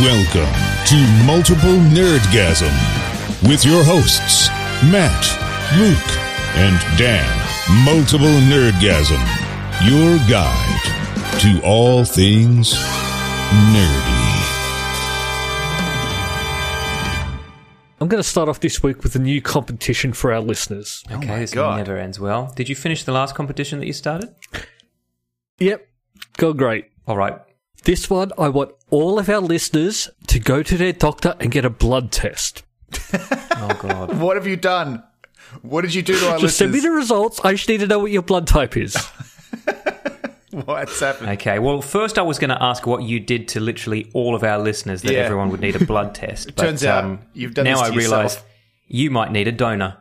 Welcome to Multiple Nerdgasm with your hosts, Matt, Luke, and Dan. Multiple Nerdgasm, your guide to all things nerdy. I'm going to start off this week with a new competition for our listeners. Okay, my this God. never ends well. Did you finish the last competition that you started? Yep, go great. All right. This one, I want all of our listeners to go to their doctor and get a blood test. Oh God. What have you done? What did you do to our Just send me listeners? the results. I just need to know what your blood type is. What's happened? okay. Well, first I was going to ask what you did to literally all of our listeners that Yeah. everyone would need a blood test. But, turns out um, you've done now this I to realise yourself. you might need a donor.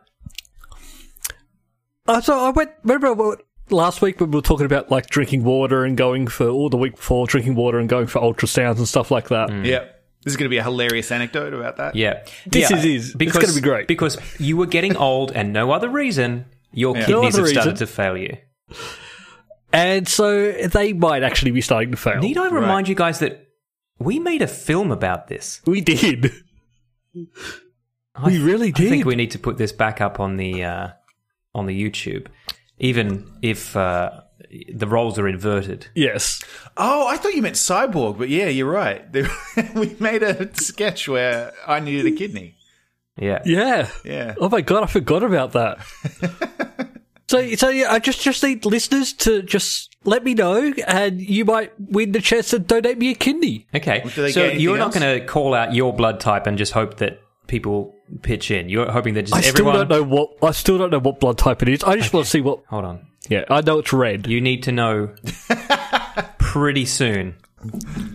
Uh, so I went. Remember I went- last week when we were talking about like drinking water and going for, or the week before drinking water and going for ultrasounds and stuff like that. Mm. Yep. This is going to be a hilarious anecdote about that. Yeah. This Yeah, is- is- it's gonna be great. because you were getting old and no other reason. Your kidneys other have started reason. to fail you. And so they might actually be starting to fail. Need I remind you guys that we made a film about this? we did. we really I did. think we need to put this back up on the uh, on the YouTube, even if uh, the roles are inverted. yes. Oh, I thought you meant cyborg, but yeah, you're right. we made a sketch where I needed a kidney. Yeah, Yeah. Yeah. Oh my god, I forgot about that. so, so yeah, I just just need listeners to just let me know, and you might win the chance to donate me a kidney. Okay, do they so get you're not anything going to call out your blood type and just hope that people pitch in. You're hoping that just I still everyone. don't know what I still don't know what blood type it is. I just want to see what. Hold on, Yeah, I know it's red. you need to know pretty soon.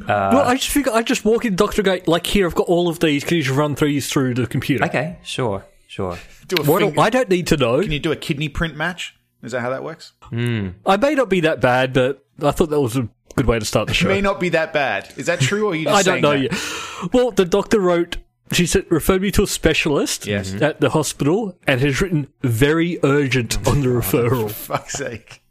well, I just figure I just walk in, doctor, and go like here. I've got all of these. Can you just run through these through the computer? Okay, sure, sure. Do a What do- finger- I don't need to know. Can you do a kidney print match? Is that how that works? I may not be that bad, but I thought that was a good way to start the show. May not be that bad. Is that true, or are you? Just I don't saying know that? yet. Well, the doctor wrote. She said, referred me to a specialist Yes. at the hospital and has written very urgent on the referral. Fuck's sake.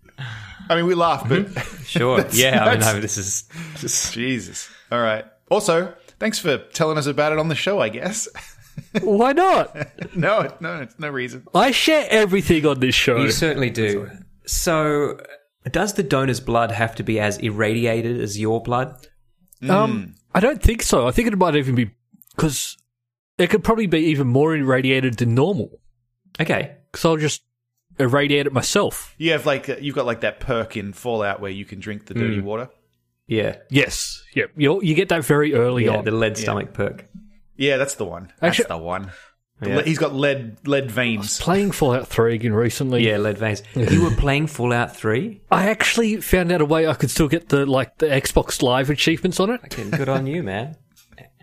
I mean, we laugh, but Mm-hmm. Sure. yeah, I mean, that's- no, this is just Jesus. All right. Also, thanks for telling us about it on the show. I guess. Why not? no, no, it's no reason. I share everything on this show. You certainly do. So, does the donor's blood have to be as irradiated as your blood? Um, I don't think so. I think it might even be because it could probably be even more irradiated than normal Okay. because I'll just irradiate it myself. You have like uh, you've got like that perk in Fallout where you can drink the Mm. dirty water. Yeah. Yes. Yep. You you get that very early Yeah, on. the lead stomach perk. Yeah, that's the one. Actually- that's the one. The Yeah. le- he's got lead lead veins. Playing Fallout 3 again recently. Yeah, lead veins. you were playing Fallout 3? I actually found out a way I could still get the like the Xbox Live achievements on it. Okay, good on you, man.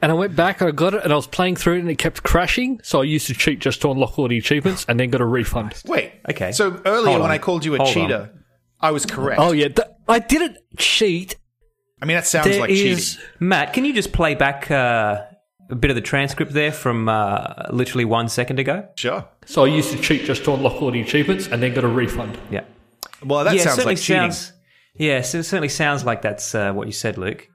And I went back, I got it, and I was playing through it, and it kept crashing. So I used to cheat just to unlock all the achievements, and then got a refund. Wait. Okay. So earlier Hold on. when I called you a Hold on. cheater, I was correct. Oh yeah, th- I didn't cheat. I mean, that sounds There is like cheating. Matt, can you just play back uh, a bit of the transcript there from uh, literally one second ago? Sure. So I used to cheat just to unlock all the achievements, and then got a refund. Yeah. Well, that yeah, sounds certainly like cheating. Sounds, yeah, so it certainly sounds like that's uh, what you said, Luke.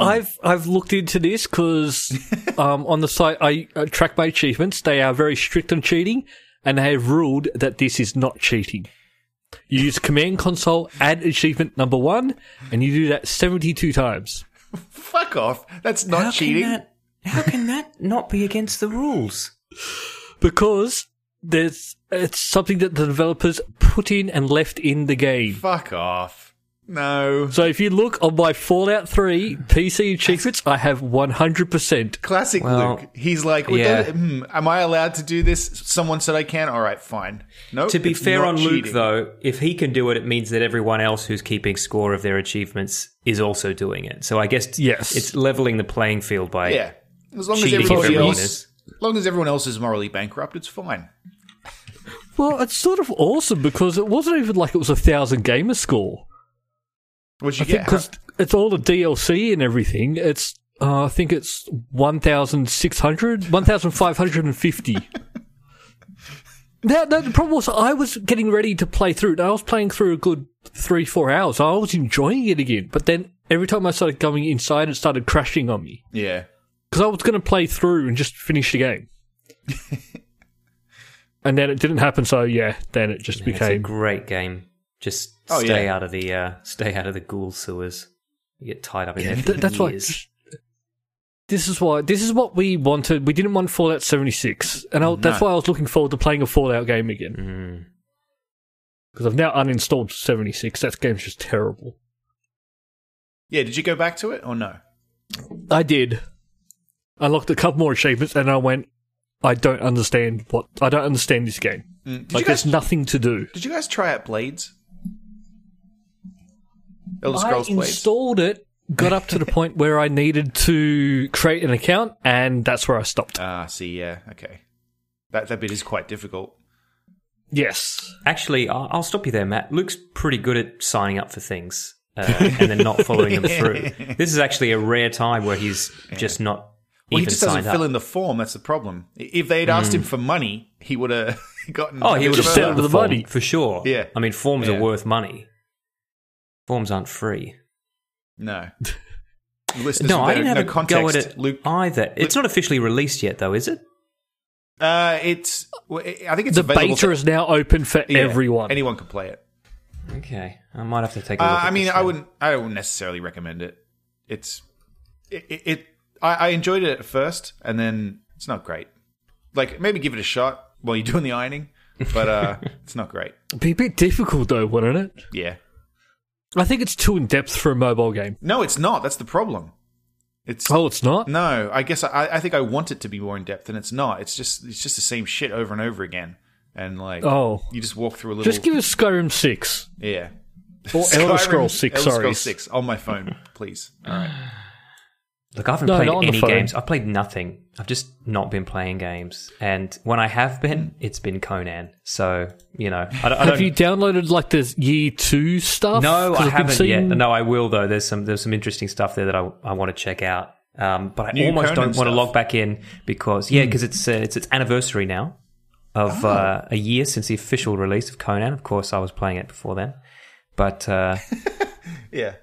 I've I've looked into this because um, on the site I uh, track my achievements. They are very strict on cheating, and they have ruled that this is not cheating. You use command console, add achievement number one, and you do that seventy-two times. Fuck off. That's not how cheating. Can that, how can that not be against the rules? because there's it's something that the developers put in and left in the game. Fuck off. No. So if you look on my Fallout 3 PC achievements, I have 100%. Classic Well, Luke. He's like, we yeah. don't- hmm, am I allowed to do this? Someone said I can. All right, fine. Nope. To be it's fair not on Luke, cheating. though, if he can do it, it means that everyone else who's keeping score of their achievements is also doing it. So I guess Yes. it's leveling the playing field by Yeah. As long as cheating if everyone everyone else, is. as long as everyone else is morally bankrupt, it's fine. Well, it's sort of awesome because it wasn't even like it was a thousand gamer score. What'd I you think get? because it's all the DLC and everything. It's uh, I think it's 1,600, 1,550. Now, no, the problem was I was getting ready to play through, and I was playing through a good three, four hours. I was enjoying it again, but then every time I started going inside, it started crashing on me Yeah. because I was going to play through and just finish the game. and then it didn't happen, so yeah, then it just It's a became. great game. Just Oh, stay yeah. out of the uh, stay out of the ghoul sewers. You get tied up in there. For Th- that's why. years. This is why. This is what we wanted. We didn't want Fallout 76, and I, that's why I was looking forward to playing a Fallout game again. Mm. Because I've now uninstalled 76. That game's just terrible. Yeah, did you go back to it or no? I did. Unlocked a couple more achievements, and I went. I don't understand what. I don't understand this game. Mm. Did, like, you guys, there's nothing to do. did you guys try out Blades? Elder I Scrolls Blades. installed it, got up to the point where I needed to create an account, and that's where I stopped. Ah, see, yeah, okay. That that bit is quite difficult. Yes. Actually, I'll, I'll stop you there, Matt. Luke's pretty good at signing up for things uh, and then not following them through. This is actually a rare time where he's just not even Well, he just doesn't signed fill up. Hmm. in the form. That's the problem. I- If they had asked him for money, he would have gotten. oh, he a would bit have just further. filled out of the the form money. for sure. Yeah. I mean, forms Yeah. are worth money. Forms aren't free. No. Listeners No, will I better didn't have know a context. go at it Luke. either. It's not officially released yet, though, is it? Uh, it's. well, I think it's the available beta for- is now open for yeah, everyone. Anyone can play it. Okay, I might have to take a look. Uh, at I mean, this I then. wouldn't. I don't necessarily recommend it. It's it. it, it I, I enjoyed it at first, and then it's not great. Like maybe give it a shot while you're doing the ironing, but uh, it's not great. It'd be a bit difficult though, wouldn't it? Yeah. I think it's too in depth for a mobile game. No, it's not. That's the problem. It's Oh, it's not. no. I guess I, I think I want it to be more in depth, and it's not. It's just it's just the same shit over and over again. And like, Oh. you just walk through a little. Just give us Skyrim six yeah. or Elder Skyrim- Scrolls six. Elder sorry, Scrolls Six on my phone, please. Look, I haven't No, played not on the any phone. games. I've played nothing. I've just not been playing games. And when I have been, it's been Conan. So, you know, I don't. I Have don't you downloaded like the year two stuff? no, 'Cause I've I been haven't yet. seeing- No, I will, though. There's some there's some interesting stuff there that I, I want to check out. Um, but I New almost Conan don't want to stuff. log back in because, Hmm. yeah, because it's, uh, it's its anniversary now of Ah. uh, a year since the official release of Conan. Of course, I was playing it before then. But uh, Yeah.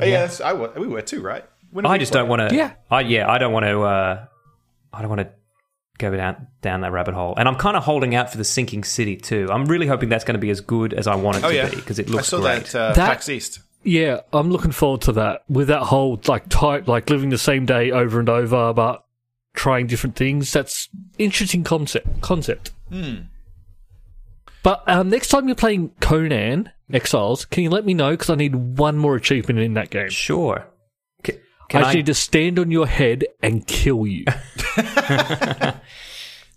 Oh, yeah, that's, I wa- we were too, right? When did I we just play? don't want to. Yeah. I, yeah, I don't want to. Uh, I don't want to go down down that rabbit hole. And I'm kind of holding out for the sinking city too. I'm really hoping that's going to be as good as I want it Oh to yeah, be because it looks I saw great. that, uh, That- PAX East. Yeah, I'm looking forward to that. With that whole like type, like living the same day over and over, but trying different things. That's interesting concept. Concept. Hmm. But um, next time you're playing Conan Exiles, can you let me know? Because I need one more achievement in that game. sure. C- Can I I, just need to stand on your head and kill you.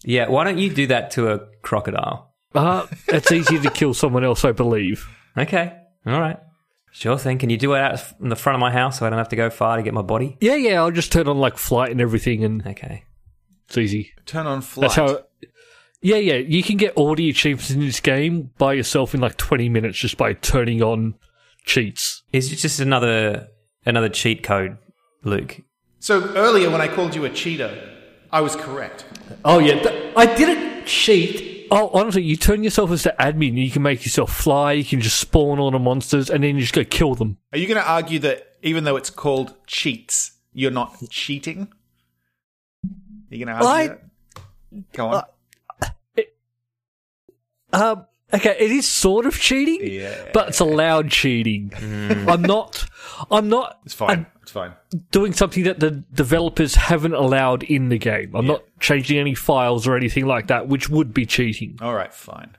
yeah. Why don't you do that to a crocodile? uh, it's easier to kill someone else, I believe. Okay. All right. Sure thing. Can you do it out f- in the front of my house so I don't have to go far to get my body? Yeah, yeah, I'll just turn on like flight and everything, and Okay. it's easy. Turn on flight. That's how. Yeah, yeah. You can get all the achievements in this game by yourself in like 20 minutes just by turning on cheats. Is it just another another cheat code, Luke? so earlier when I called you a cheater, I was correct. Oh, yeah. th- I didn't cheat. Oh, honestly, you turn yourself as the admin. You can make yourself fly. You can just spawn all the monsters and then you just go kill them. Are you going to argue that even though it's called cheats, you're not cheating? Are you going to argue I- uh, that? Go on. Um, okay, it is sort of cheating, Yeah. Mm. but it's allowed cheating. I'm not. I'm not it's fine. it's fine. doing something that the developers haven't allowed in the game. I'm not changing any files or anything like that, which would be cheating. All right, fine.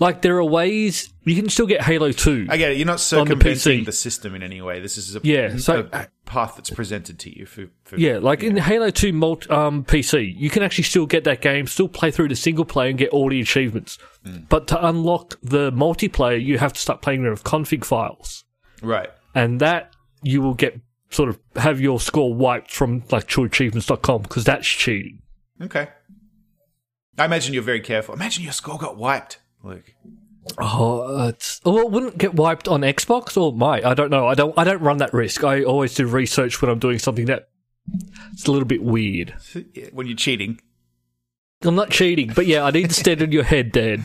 Like there are ways you can still get Halo Two. I get it. You're not On the PC. circumventing the, system in any way. This is a, Yeah, so- a path that's presented to you. For, for yeah, like in Halo Two multi, um, PC, you can actually still get that game, still play through the single player and get all the achievements. Mm. But to unlock the multiplayer, you have to start playing with config files, Right. and that you will get sort of have your score wiped from like trueachievements.com because that's cheating. Okay. I imagine you're very careful. Imagine your score got wiped, Luke. Oh, it's, well, it wouldn't get wiped on Xbox or my. I don't know. I don't. I don't run that risk. I always do research when I'm doing something that it's a little bit weird. When you're cheating, I'm not cheating, but yeah, I need to stand on your head, Dad.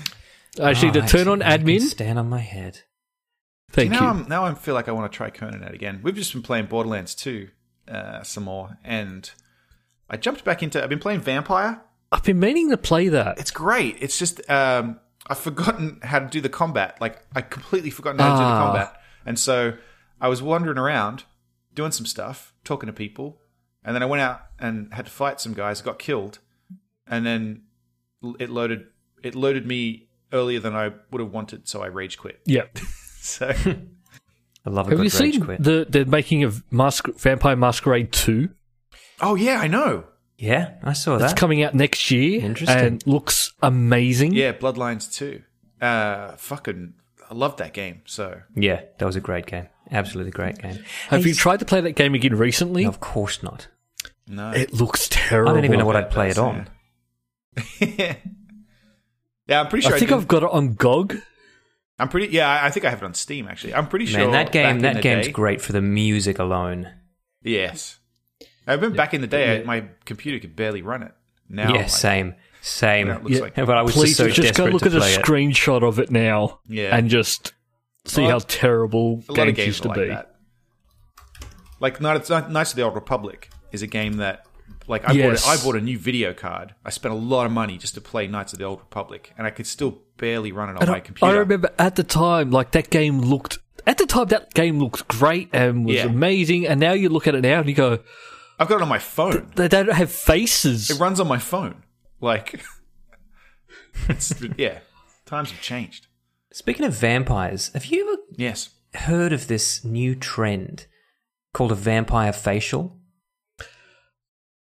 I just need to Oh, turn on I can admin. Stand on my head. Thank you. now I'm, now I feel like I want to try Conan out again. We've just been playing Borderlands 2 uh, some more, and I jumped back into. I've been playing Vampire. I've been meaning to play that. It's great. It's just um, I've forgotten how to do the combat. Like I completely forgotten how to do the Ah. combat, and so I was wandering around doing some stuff, talking to people, and then I went out and had to fight some guys. Got killed, and then l- it loaded. It loaded me earlier than I would have wanted, so I rage quit. Yeah. So. I love Have a good you rage seen quit. the they're making a Mask, Vampire Masquerade two? Oh yeah, I know. yeah, I saw It's that. coming out next year. Interesting. And looks amazing. Yeah, Bloodlines 2. Uh, fucking, I love that game. So yeah, that was a great game. Absolutely great game. Have Hey, you tried to play that game again recently? Of course not. no, It looks terrible. I don't even know what I'd play it That's, on. yeah, I'm pretty sure. I I think did- I've got it on GOG. I'm pretty. Yeah, I- I think I have it on Steam actually. I'm pretty sure. Man, that back in game the that game's day- great for the music alone. Yes, I remember back in the day, I my computer could barely run it. Now, yeah, like, same, same. Now it looks Yeah. like- but I was Please just so go desperate look to at a play it. screenshot of it now Yeah. and just see Well, how terrible a lot games of games used are to like be. that. Like, not it's not Knights of the Old Republic is a game that. Like I, Yes. bought a, I bought a new video card. I spent a lot of money just to play Knights of the Old Republic, and I could still barely run it on And my I, computer. I remember at the time, like that game looked. At the time, that game looked great and was Yeah. amazing. And now you look at it now and you go, I've got it on my phone. they don't have faces. It runs on my phone. Like, it's, yeah, times have changed. Speaking of vampires, have you ever Yes. heard of this new trend called a vampire facial?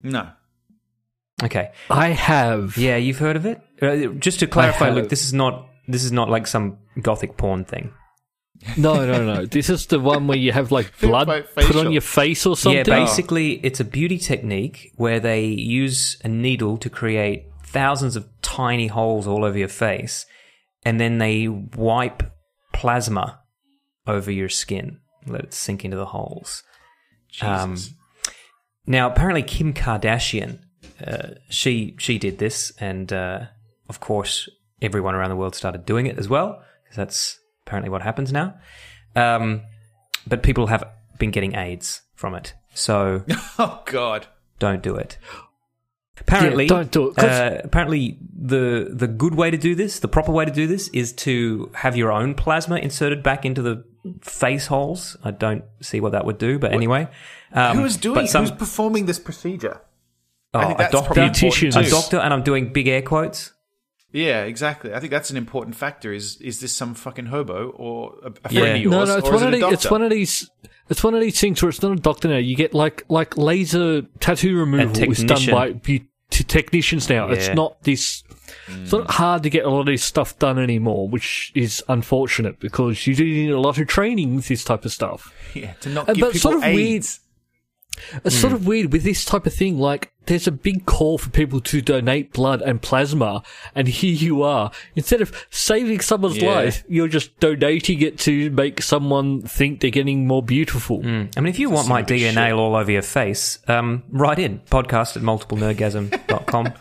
No. Okay. I have. Yeah, you've heard of it? Uh, just to clarify, have. Luke, this is not this is not like some gothic porn thing. No, no, no. this is the one where you have like blood By put facial. on your face or something. Yeah, basically, it's a beauty technique where they use a needle to create thousands of tiny holes all over your face, and then they wipe plasma over your skin, let it sink into the holes. Um, Jesus. Now, apparently, Kim Kardashian, uh, she she did this, and uh, of course, everyone around the world started doing it as well because that's apparently what happens now. Um, but people have been getting AIDS from it, so oh, God. don't do it. Apparently, don't do it, 'cause- Uh, apparently, the the good way to do this, the proper way to do this, is to have your own plasma inserted back into the face holes. I don't see what that would do, but anyway, um, Who is doing but some- Who's performming this procedure? Oh, I think a that's doctor, probably important Beauticians. a too. doctor, and I'm doing big air quotes. Yeah, exactly. I think that's an important factor. Is is this some fucking hobo or a, a friend Yeah. of yours? No, no, it's or one is of it a the, doctor? it's one of these it's one of these things where it's not a doctor now. You get like like laser tattoo removal is done technician. by beauty technicians now. It's Yeah. not this. It's Mm. not hard to get a lot of this stuff done anymore, which is unfortunate because you do need a lot of training with this type of stuff. yeah, to not Uh, give but people sort of weird- AIDS. It's Mm. sort of weird with this type of thing. Like, there's a big call for people to donate blood and plasma, and here you are. Instead of saving someone's Yeah. life, you're just donating it to make someone think they're getting more beautiful. Mm. I mean, if you want my Sound a bit DNA shit. all over your face, um, write in podcast at multiplenerdgasm.com.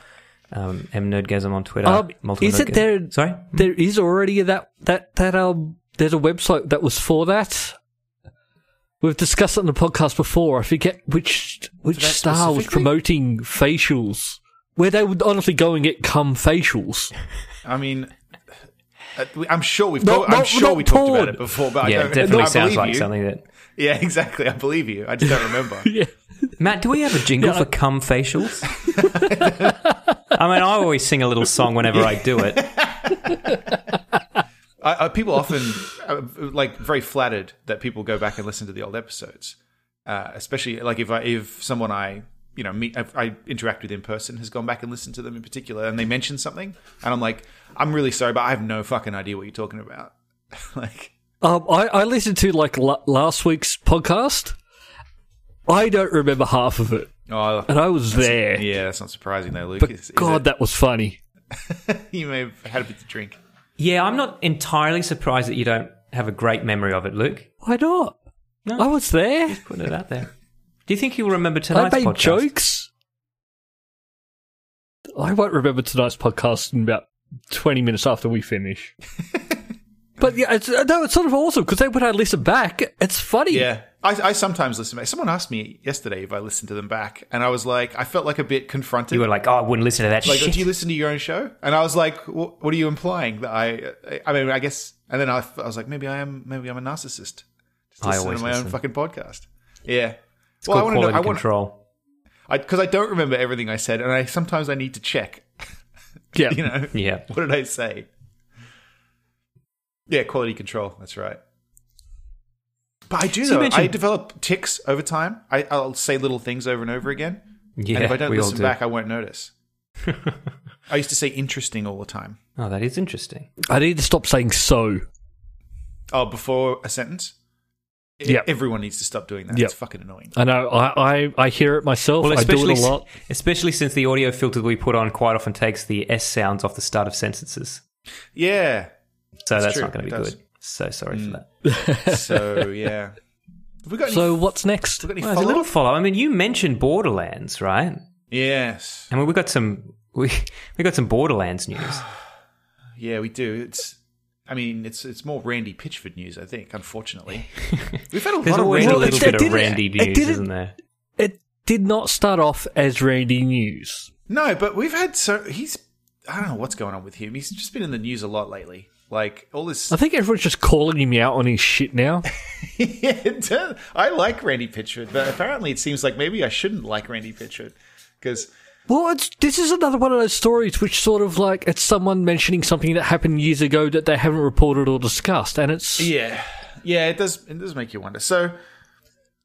um, mnerdgasm on Twitter. Uh, Um, multiple is it nerdgasm. there? Sorry, there is already that that that um. There's a website that was for that. We've discussed it on the podcast before. I forget which which that star was specifically? promoting facials, where they would honestly go and get cum facials. I mean, uh, we- I'm sure we've. No, talked I'm no, sure no, we talked porn. about it before, but I yeah, don't, it definitely I sounds believe like you. something that. Yeah, exactly. I believe you. I just don't remember. yeah. Matt, do we have a jingle Yeah, I- for cum facials? I mean, I always sing a little song whenever I do it. I, I, people often uh, like very flattered that people go back and listen to the old episodes, uh, especially like if I if someone I you know meet I, I interact with in person has gone back and listened to them in particular, and they mention something, and I'm like, I'm really sorry, but I have no fucking idea what you're talking about. like, Um, I, I listened to like la- last week's podcast. I don't remember half of it, oh and I was there. yeah, that's not surprising though, Luke. but Is- is God, that was funny. it- you may have had a bit to drink. Yeah, I'm not entirely surprised that you don't have a great memory of it, Luke. Why not? No. I was there. Putting it out there. Do you think you'll remember I tonight's made podcast? jokes. I won't remember tonight's podcast in about twenty minutes after we finish. But yeah, it's, uh, no, it's sort of awesome because when I listen back, it's funny. Yeah. I, I sometimes listen back. Someone asked me yesterday if I listened to them back, and I was like, I felt like a bit confronted. You were like, oh, I wouldn't listen to that like, shit. do you listen to your own show? And I was like, "Wh- what are you implying? That I, I- I mean, I guess. And then I, f- I was like, maybe I am, maybe I'm a narcissist. Just I listen always to my listen. own fucking podcast. Yeah. it's called wanna know- quality wanna- control. I because I don't remember everything I said, and I sometimes I need to check. Yeah. You know, Yeah. what did I say? Yeah, quality control. That's right. But I do So you though. I mentioned- develop ticks over time. I, I'll say little things over and over again, Yeah, and if I don't we all listen do. back, I won't notice. I used to say interesting all the time. Oh, that is interesting. I need to stop saying so. Oh, before a sentence. E- Yep. Everyone needs to stop doing that. Yep. It's fucking annoying. I know. I, I, I hear it myself. I do it a lot. especially since the audio filter we put on quite often takes the S sounds off the start of sentences. Yeah. So That's that's, true, not going it to be does. Mm. good. So sorry for that. So yeah. Have we got any? So what's next? we got any Well, there's a follow-up? little follow. I mean, you mentioned Borderlands, right? Yes. I mean, we got some we we got some Borderlands news. Yeah, we do. It's. I mean, it's it's more Randy Pitchford news, I think. Unfortunately, we've had a There's lot of always Randy. a little it's- bit it of didn't- Randy it news, didn't- isn't there? It did not start off as Randy News. No, but we've had so he's. I don't know what's going on with him. He's just been in the news a lot lately. Like all this. I think everyone's just calling him out on his shit now. Yeah, it does. I like Randy Pitchford, but apparently it seems like maybe I shouldn't like Randy Pitchford because Well, it's, this is another one of those stories which sort of like it's someone mentioning something that happened years ago that they haven't reported or discussed, and it's Yeah, yeah, it does. It does make you wonder. So,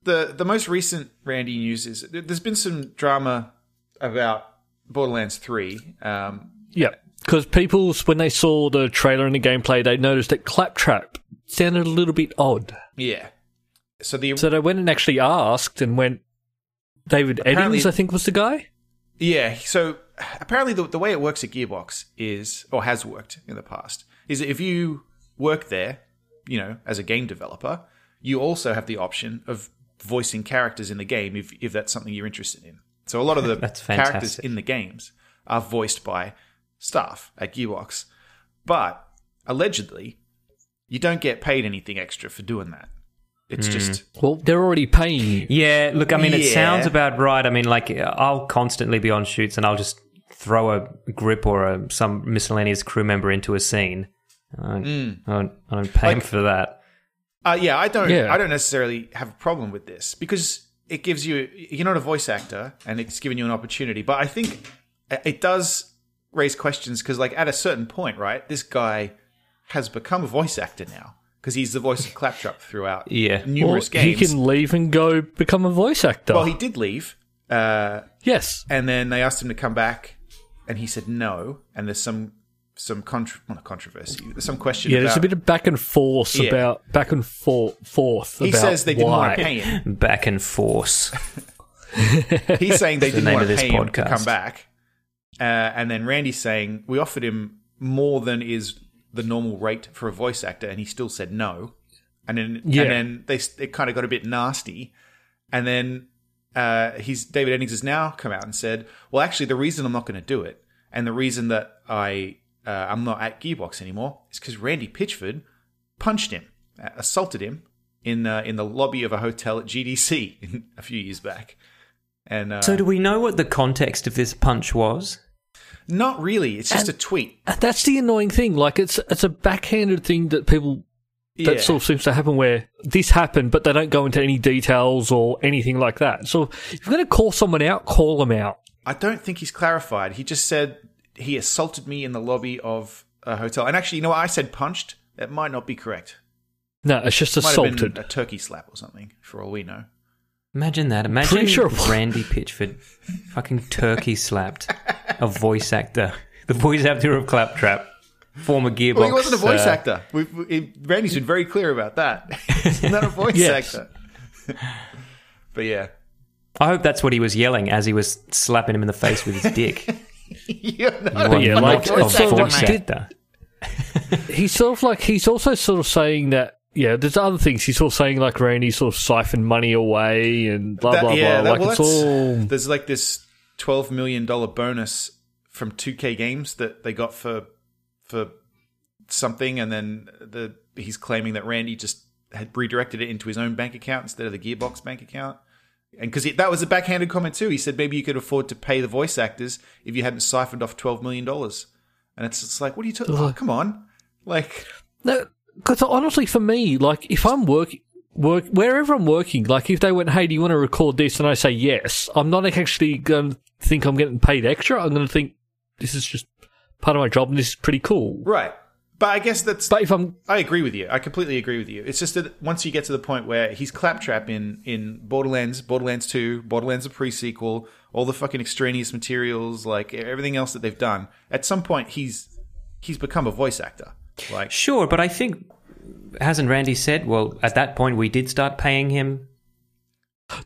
the the most recent Randy news is th- there's been some drama about Borderlands Three. Um, yeah, because people when they saw the trailer and the gameplay, they noticed that Claptrap sounded a little bit odd, yeah. So the so they went and actually asked and went. David Apparently- Eddings, I think, was the guy. yeah. So apparently the the way it works at Gearbox is or has worked in the past is that if you work there, you know, as a game developer, you also have the option of voicing characters in the game if if that's something you're interested in. So a lot of the That's characters fantastic. in the games are voiced by staff at Gearbox. But allegedly, you don't get paid anything extra for doing that. It's Hmm. just Well, they're already paying you. Yeah, look, I mean, it Yeah. sounds about right. I mean, like I'll constantly be on shoots and I'll just throw a grip or a, some miscellaneous crew member into a scene. I don't, Mm. I don't, I don't pay him for that. Uh, yeah, I don't. Yeah. I don't necessarily have a problem with this because it gives you. You're not a voice actor, and it's given you an opportunity. But I think it does raise questions because, like, at a certain point, right, this guy has become a voice actor now because he's the voice of Claptrap throughout Yeah. numerous Well, games. He can leave and go become a voice actor. well, he did leave, uh, yes. and then they asked him to come back, and he said no. And there's some some contr well, not controversy. There's some question. Yeah, about, there's a bit of back and forth Yeah. about back and for- forth. He about says they didn't why. want to pay him. Back and forth. He's saying they the didn't name want of to this pay him to podcast. come back. Uh, and then Randy's saying, we offered him more than is the normal rate for a voice actor, and he still said no. And then, Yeah. and then they, it kind of got a bit nasty. And then uh, he's David Eddings has now come out and said, well, actually, the reason I'm not going to do it, and the reason that I uh, I'm not at Gearbox anymore, is because Randy Pitchford punched him, uh, assaulted him in uh, in the lobby of a hotel at GDC a few years back. And uh, so, do we know what the context of this punch was? Not really. It's just a tweet. And That's the annoying thing. Like it's it's a backhanded thing that people that Yeah. sort of seems to happen where this happened, but they don't go into any details or anything like that. So if you're going to call someone out, call them out. I don't think he's clarified. He just said he assaulted me in the lobby of a hotel. And actually, you know what? I said punched. That might not be correct. No, it's just Might have assaulted. been a turkey slap or something, for all we know. Imagine that. Imagine Pretty sure- Randy Pitchford fucking turkey slapped a voice actor, the voice actor of Claptrap, former Gearbox. Well, he wasn't a voice uh, actor. We've, we, Randy's been very clear about that. he's not a voice Yes. actor. but yeah. I hope that's what he was yelling as he was slapping him in the face with his dick. You're not You are yeah, not like, a it's sort of voice like- did- actor. he's sort of like he's also sort of saying that. Yeah, there's other things. He's sort of saying like Randy sort of siphoned money away and blah That- blah yeah, blah. that- Like well, it's that's- all There's like this twelve million dollar bonus from 2K Games that they got for for something, and then the he's claiming that Randy just had redirected it into his own bank account instead of the Gearbox bank account. And because that was a backhanded comment too, he said maybe you could afford to pay the voice actors if you hadn't siphoned off twelve million dollars. And it's it's like, what are you talking? Oh, come on, like No, because honestly, for me, like if I'm work work wherever I'm working, like if they went, "Hey, do you want to record this?" and I say yes, I'm not actually going to think I'm getting paid extra. I'm going to think this is just part of my job, and this is pretty cool. right. But I guess that's But if I'm I agree with you. I completely agree with you. It's just that once you get to the point where he's claptrap in in Borderlands, Borderlands Two, Borderlands the prequel, all the fucking extraneous materials, like e-, everything else that they've done. At some point, he's he's become a voice actor. Like Sure, but I think hasn't Randy said, well, at that point we did start paying him.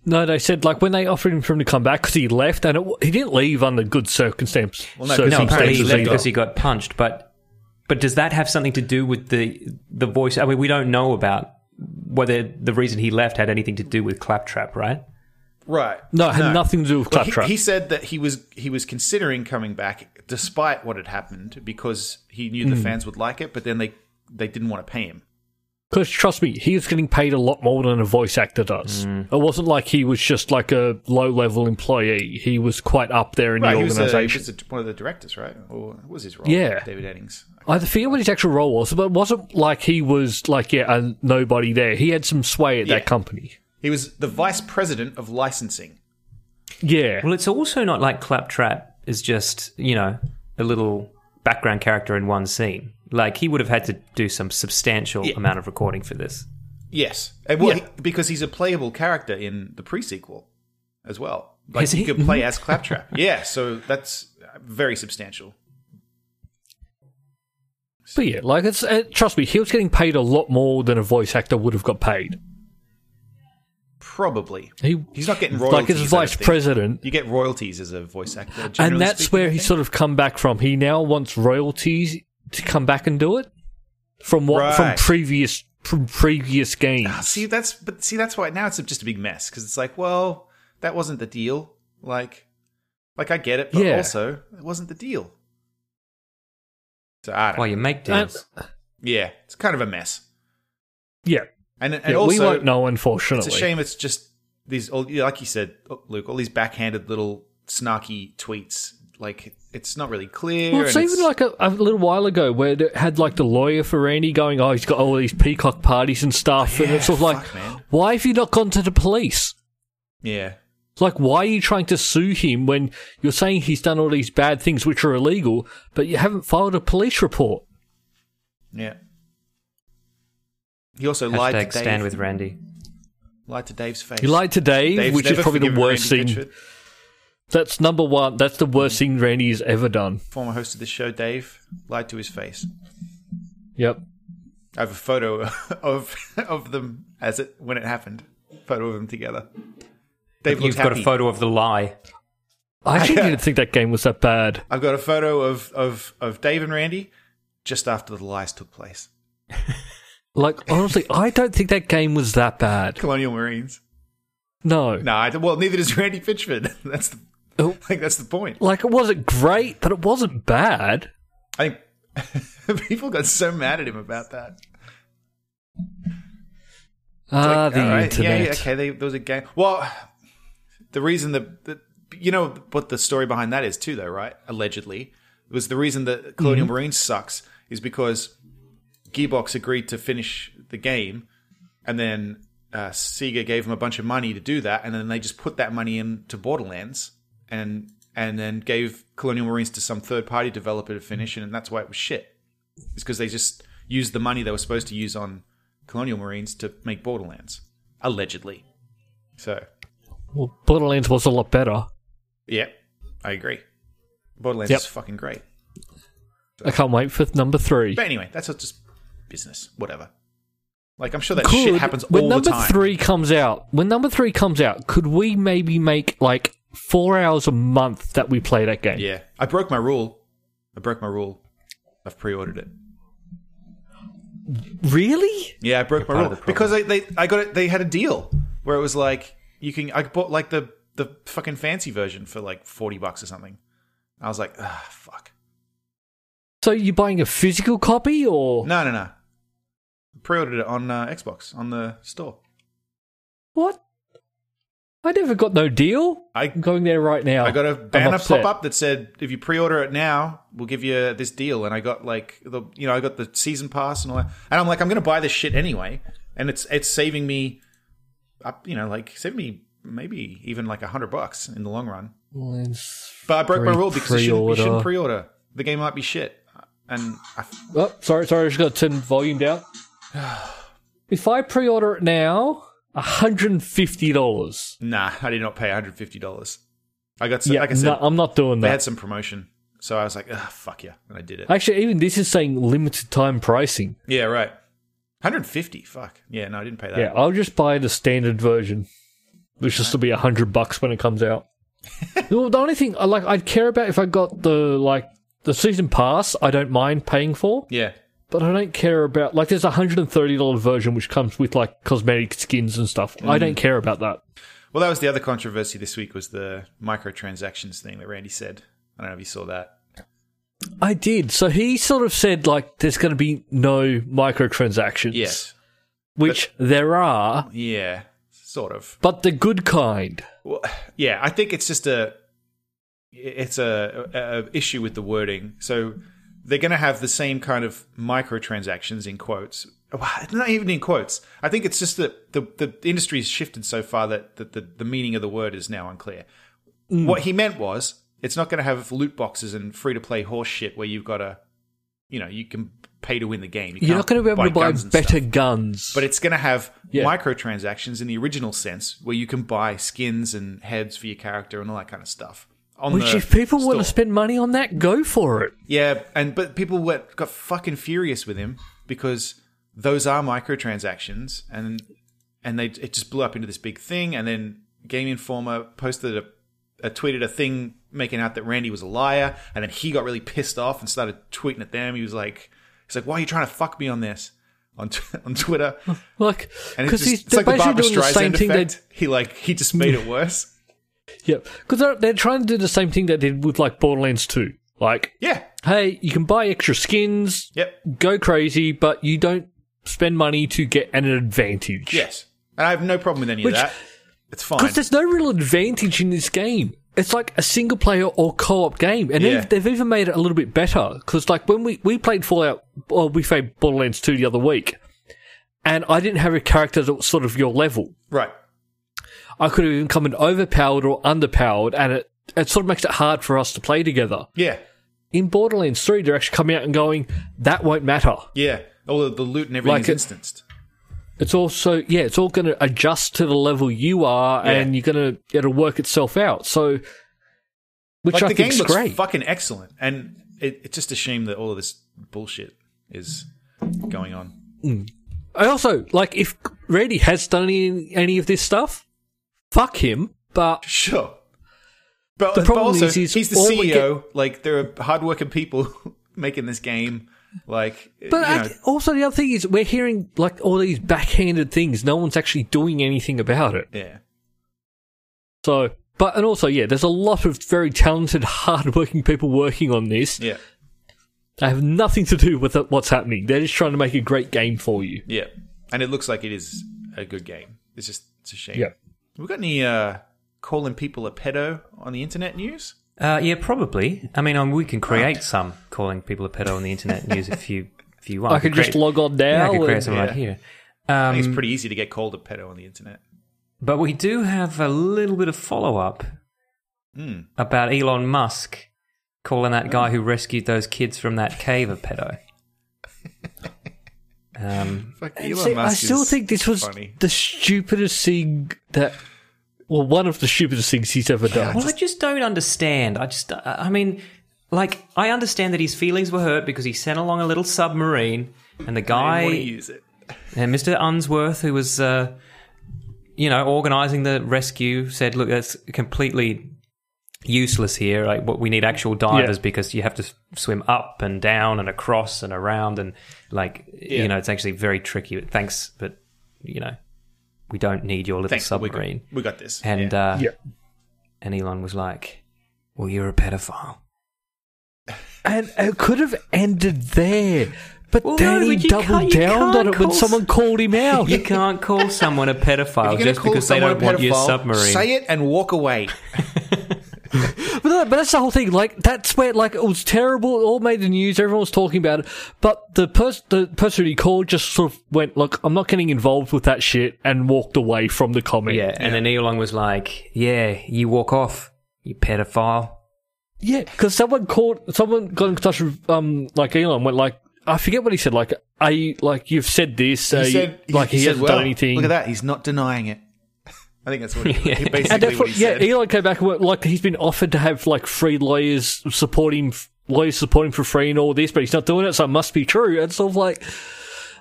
no, they said like when they offered him for him to come back because he left, and it, he didn't leave under good circumstance, Well, no, 'cause No, apparently he circumstances Circumstances left either. because he got punched, but but does that have something to do with the the voice? I mean, we don't know about whether the reason he left had anything to do with Claptrap, right? right? No, it had nothing to do with Well, he- Claptrap. he, said that he was he was considering coming back despite what had happened because he knew Hmm. the fans would like it, but then they they didn't want to pay him. Because trust me, he was getting paid a lot more than a voice actor does. Mm. It wasn't like he was just like a low level employee. He was quite up there in Right, the he was, the, he organization. was the- one of the directors, right? Or what was his role? Yeah. David Eddings. I forget what his actual role was, but it wasn't like he was like yeah a nobody there. He had some sway at Yeah. that company. He was the vice president of licensing. Yeah, Well, it's also not like Claptrap is just, you know, a little background character in one scene. Like, he would have had to do some substantial amount of recording for this. Yes, and well, Yeah. he- because he's a playable character in the pre-sequel as well. Like Is he? he? could play as Claptrap. yeah, so that's uh, very substantial. but yeah, like it's uh, trust me, he was getting paid a lot more than a voice actor would have got paid. Probably He he's not getting royalties. like as a I don't vice think. president, You get royalties as a voice actor, and generally that's speaking, where I he's think. sort of come back from. He now wants royalties to come back and do it from what from Right. previous from previous games. Ah, See, that's but see, that's why now it's just a big mess because it's like, well, that wasn't the deal. Like, like I get it, but Yeah. also it wasn't the deal. So I don't. While you make deals. yeah, it's kind of a mess, Yeah, and and yeah also we won't know unfortunately. it's a shame. It's just these, all, like you said, oh, Luke, all these backhanded little snarky tweets. Like, it's not really clear. Well, it's and even like a, a little while ago where it had like the lawyer for Randy going, "Oh, he's got all these peacock parties and stuff," and Yeah, it's sort of like, fuck, man. "Why have you not gone to the police? yeah, Like, why are you trying to sue him when you're saying he's done all these bad things which are illegal, but you haven't filed a police report?" yeah. He also lied to Hashtag Dave. stand with Randy. lied to Dave's face. You lied to Dave, Dave's which is never probably the forgiven worst Randy thing. Pitchford. That's number one. That's the worst thing Randy has ever done. Former host of the show, Dave lied to his face. Yep. I have a photo of of them as it when it happened. Photo of them together. Dave You've looks got happy. a photo of the lie. I actually didn't think that game was that bad. I've got a photo of of of Dave and Randy just after the lies took place. Like, honestly, I don't think that game was that bad. Colonial Marines. No. No, I, well, neither does Randy Pitchford. That's the, Oh. I think that's the point. Like, it wasn't great, but it wasn't bad. I think people got so mad at him about that. Ah, the All right, internet. Yeah, yeah, okay, they, there was a game. Well, the reason that the, you know what the story behind that is too, though, right? Allegedly, was the reason that Colonial Marines sucks is because Gearbox agreed to finish the game, and then uh, Sega gave them a bunch of money to do that, and then they just put that money into Borderlands, and and then gave Colonial Marines to some third party developer to finish, and that's why it was shit. It's because they just used the money they were supposed to use on Colonial Marines to make Borderlands, allegedly. So, Well, Borderlands was a lot better. yeah, I agree. Borderlands Yep. is fucking great. I can't wait for number three. But anyway, that's just business, whatever. Like I'm sure that Could- shit happens when all the number time. three comes out, when number three comes out, could we maybe make like four hours a month that we play that game? Yeah, I broke my rule. I broke my rule. I've pre-ordered it. Really? Yeah, I broke my part rule of the problem. because I, they I got it. They had a deal where it was like you can. I bought like the the fucking fancy version for like forty bucks or something. I was like, ah, fuck. So you're buying a physical copy or No, no, no. Pre-ordered it on uh, Xbox on the store. What? I never got no deal. I- am going there right now. I got a Oh, I'm banner upset. pop up that said, "If you pre-order it now, we'll give you this deal." And I got like the you know I got the season pass and all that, and I'm like, I'm gonna buy this shit anyway, and it's it's saving me, up you know like saving me maybe even like a hundred bucks in the long run. But I broke my Pre- rule because you shouldn't, you shouldn't pre-order. pre-order. The game might be shit, and I, Oh, sorry, sorry. I just got to turn volume down. If I pre-order it now, hundred and fifty dollars. nah, I did not pay 150 dollars. I got so, Yeah, like I said, no, I'm not doing they that. had some promotion, so I was like, ah, fuck yeah, and I did it. Actually, even this is saying limited time pricing. yeah, right. 150, fuck. Yeah, no, I didn't pay that. Yeah, I'll just buy the standard version, which will still be a hundred bucks when it comes out. Well, the only thing I like I'd care about if I got the like the season pass, I don't mind paying for, yeah. but I don't care about like there's a hundred and thirty dollar version which comes with like cosmetic skins and stuff. I Mm. don't care about that. Well, that was the other controversy this week was the microtransactions thing that Randy said. I don't know if you saw that. I did. So he sort of said like there's going to be no microtransactions, which there are, Yeah, sort of. but the good kind. Well, yeah, I think it's just a it's a, a, a issue with the wording. So they're going to have the same kind of microtransactions in quotes. Well, Not even in quotes. I think it's just that the, the industry has shifted so far that, that the, the meaning of the word is now unclear. Mm. What he meant was it's not going to have loot boxes and free to play horse shit where you've got to, you know, you can pay to win the game. You You're not can't going to be able to buy guns and better stuff guns, but it's going to have Yeah. microtransactions in the original sense where you can buy skins and heads for your character and all that kind of stuff. On which the if people want to store. spend money on that, go for it. yeah, and but people were, got fucking furious with him because those are microtransactions, and and they it just blew up into this big thing, and then Game Informer posted a, a tweeted a thing making out that Randy was a liar, and then he got really pissed off and started tweeting at them. He was like, he's like, why are you trying to fuck me on this on t- on Twitter? Like, And because it's he's just, it's like the they're basically Barbara doing the Streisand same thing they effect. He like he just made it worse. yeah, because they're, they're trying to do the same thing they did with like Borderlands Two. Like, Yeah. hey, you can buy extra skins, Yep. go crazy, but you don't spend money to get an advantage. Yes. And I have no problem with any Which- of that. It's fine. because there's no real advantage in this game. It's like a single player or co-op game, and Yeah. they've, they've even made it a little bit better. Because like when we we played Fallout, or we played Borderlands Two the other week, and I didn't have a character that was sort of your level. Right. I could have even come in overpowered or underpowered, and it it sort of makes it hard for us to play together. Yeah. In Borderlands Three, they're actually coming out and going, that won't matter. Yeah. All of the loot and everything's Like it- instanced. It's also yeah, it's all going to adjust to the level you are, Yeah. and you're going to it'll work itself out. So, which Like I the game think's looks great. fucking excellent. And it, it's just a shame that all of this bullshit is going on. I also like if Randy has done any, any of this stuff, fuck him. But Sure. But, The but problem also, is- is he's the all we CEO. Like, there are hardworking people making this game. Like, but you I- know, also the other thing is we're hearing like all these backhanded things. No one's actually doing anything about it. yeah. So, but and also yeah, there's a lot of very talented, hardworking people working on this. Yeah. They have nothing to do with it, what's happening. They're just trying to make a great game for you. Yeah, and it looks like it is a good game. It's just it's a shame. Yeah. we got any uh, calling people a pedo on the internet news? Uh, yeah, probably. I mean, um, we can create some calling people a pedo on the internet news if you if you want. I could just create- log on yeah, I now. could create and- some yeah. right here. I Um, think it's pretty easy to get called a pedo on the internet. but we do have a little bit of follow up Hmm. Mm. about Elon Musk calling that guy who rescued those kids from that cave a pedo. Um, Fuck And Elon see, Musk. I still is think this was funny. the stupidest thing that, well, one of the stupidest things he's ever done. well, I just don't understand. I just, I I mean, like, I understand that his feelings were hurt because he sent along a little submarine, and the I guy want to use it. And Mr. Uh, Unsworth, who was, uh, you know, organising the rescue, said, "Look, that's completely useless here. Like, what we need actual divers Yeah. because you have to s- swim up and down and across and around, and like, you know, it's actually very tricky. But thanks, but you know, we don't need your little Thanks, but we got, submarine." we got this. And yeah. uh, Yeah. and Elon was like, "Well, you're a pedophile." And it could have ended there. But Well, no, then he but you doubled can't- you down on can't it when call someone called him out. You can't call someone a pedophile You're gonna just call because they someone don't want a your pedophile, submarine. Say it and walk away. But, no, but that's the whole thing. Like that's where like it was terrible. It all made the news. Everyone was talking about it. But the person, the person he called, just sort of went, "Look, I'm not getting involved with that shit," and walked away from the comment. Yeah, and then Neil Long was like, "Yeah, you walk off, you pedophile." yeah. Because someone called, someone got in touch with um like Elon. Went like, I forget what he said. Like, I like you've said this. uh, you- like he, said, hasn't "Well, done anything. Look at that. He's not denying it. I think that's what he, Yeah. basically And that's what what, he yeah, said. Elon came back and went, like he's been offered to have like free lawyers support him, lawyers support him for free and all this, but he's not doing it, so it must be true. And sort of like,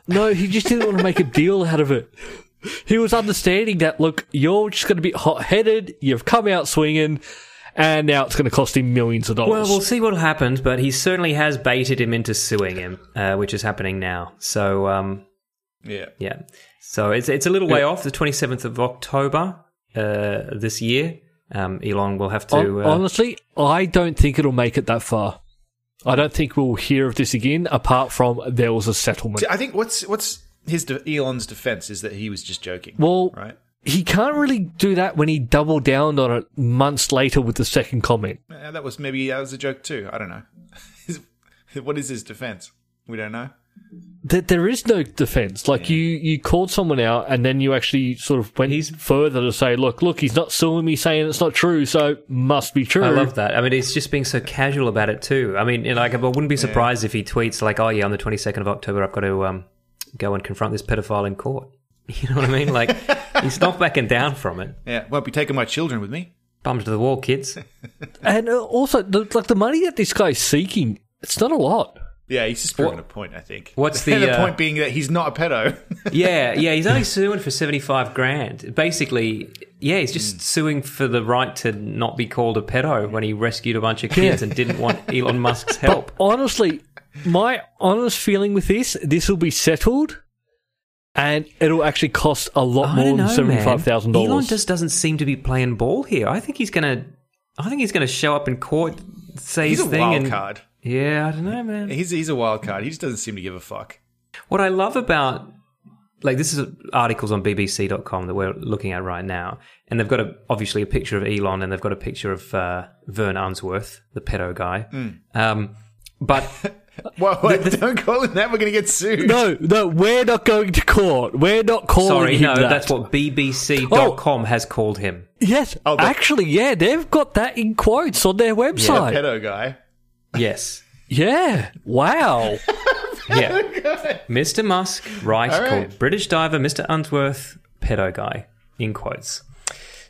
no, he just didn't want to make a deal out of it. He was understanding that look, you're just going to be hot headed. You've come out swinging, and now it's going to cost him millions of Well, dollars. we'll see what happens, but he certainly has baited him into suing him, uh, which is happening now. So, um, yeah. yeah, so it's it's a little way off. The twenty seventh of October uh, this year, um, Elon will have Hon- to. Uh, honestly, I don't think it'll make it that far. I don't think we'll hear of this again, apart from there was a settlement. See, I think what's what's his de- Elon's defense is that he was just joking. Well, right. he can't really do that when he doubled down on it months later with the second comment. Yeah, that was maybe that was a joke too. I don't know. His- what is his defense? We don't know. That there is no defense. Like you, you called someone out, and then you actually sort of went He's- further to say, "Look, look, he's not suing me, saying it's not true, so must be true." I love that. I mean, he's just being so casual about it too. I mean, you know, like I wouldn't be surprised if he tweets like, "Oh yeah, on the twenty second of October, I've got to um, go and confront this pedophile in court." You know what I mean? Like, he's not backing down from it. Yeah, won't be taking my children with me. Bums to the wall, kids. And uh, also, the, like the money that this guy's seeking, it's not a lot. Yeah, he's just proving a point. I think. what's And the, the uh, point being that he's not a pedo? yeah, yeah, he's only suing for 75 grand. Basically, yeah, he's Hmm. just suing for the right to not be called a pedo when he rescued a bunch of kids and didn't want Elon Musk's help. Honestly, my honest feeling with this, this will be settled, and it'll actually cost a lot I more don't than know, seventy-five thousand man. Elon dollars. just doesn't seem to be playing ball here. I think he's gonna, I think he's gonna show up in court, say he's a his thing, wild and card. yeah, I don't know, man. He's he's a wild card. He just doesn't seem to give a fuck. What I love about like this is articles on BBC.com that we're looking at right now, and they've got a, obviously a picture of Elon, and they've got a picture of uh, Vern Arnsworth, the pedo guy. Um, but Well, don't call him that. We're going to get sued. No, no, we're not going to court. We're not calling sorry, him no, that. that's what BBC.com has called him. Yes, Oh, the- actually, yeah, they've got that in quotes on their website. Yeah, pedo guy. Yes, wow. yeah, Mr. Musk, right? All right. Called British diver Mr. Arnsworth, pedo guy in quotes.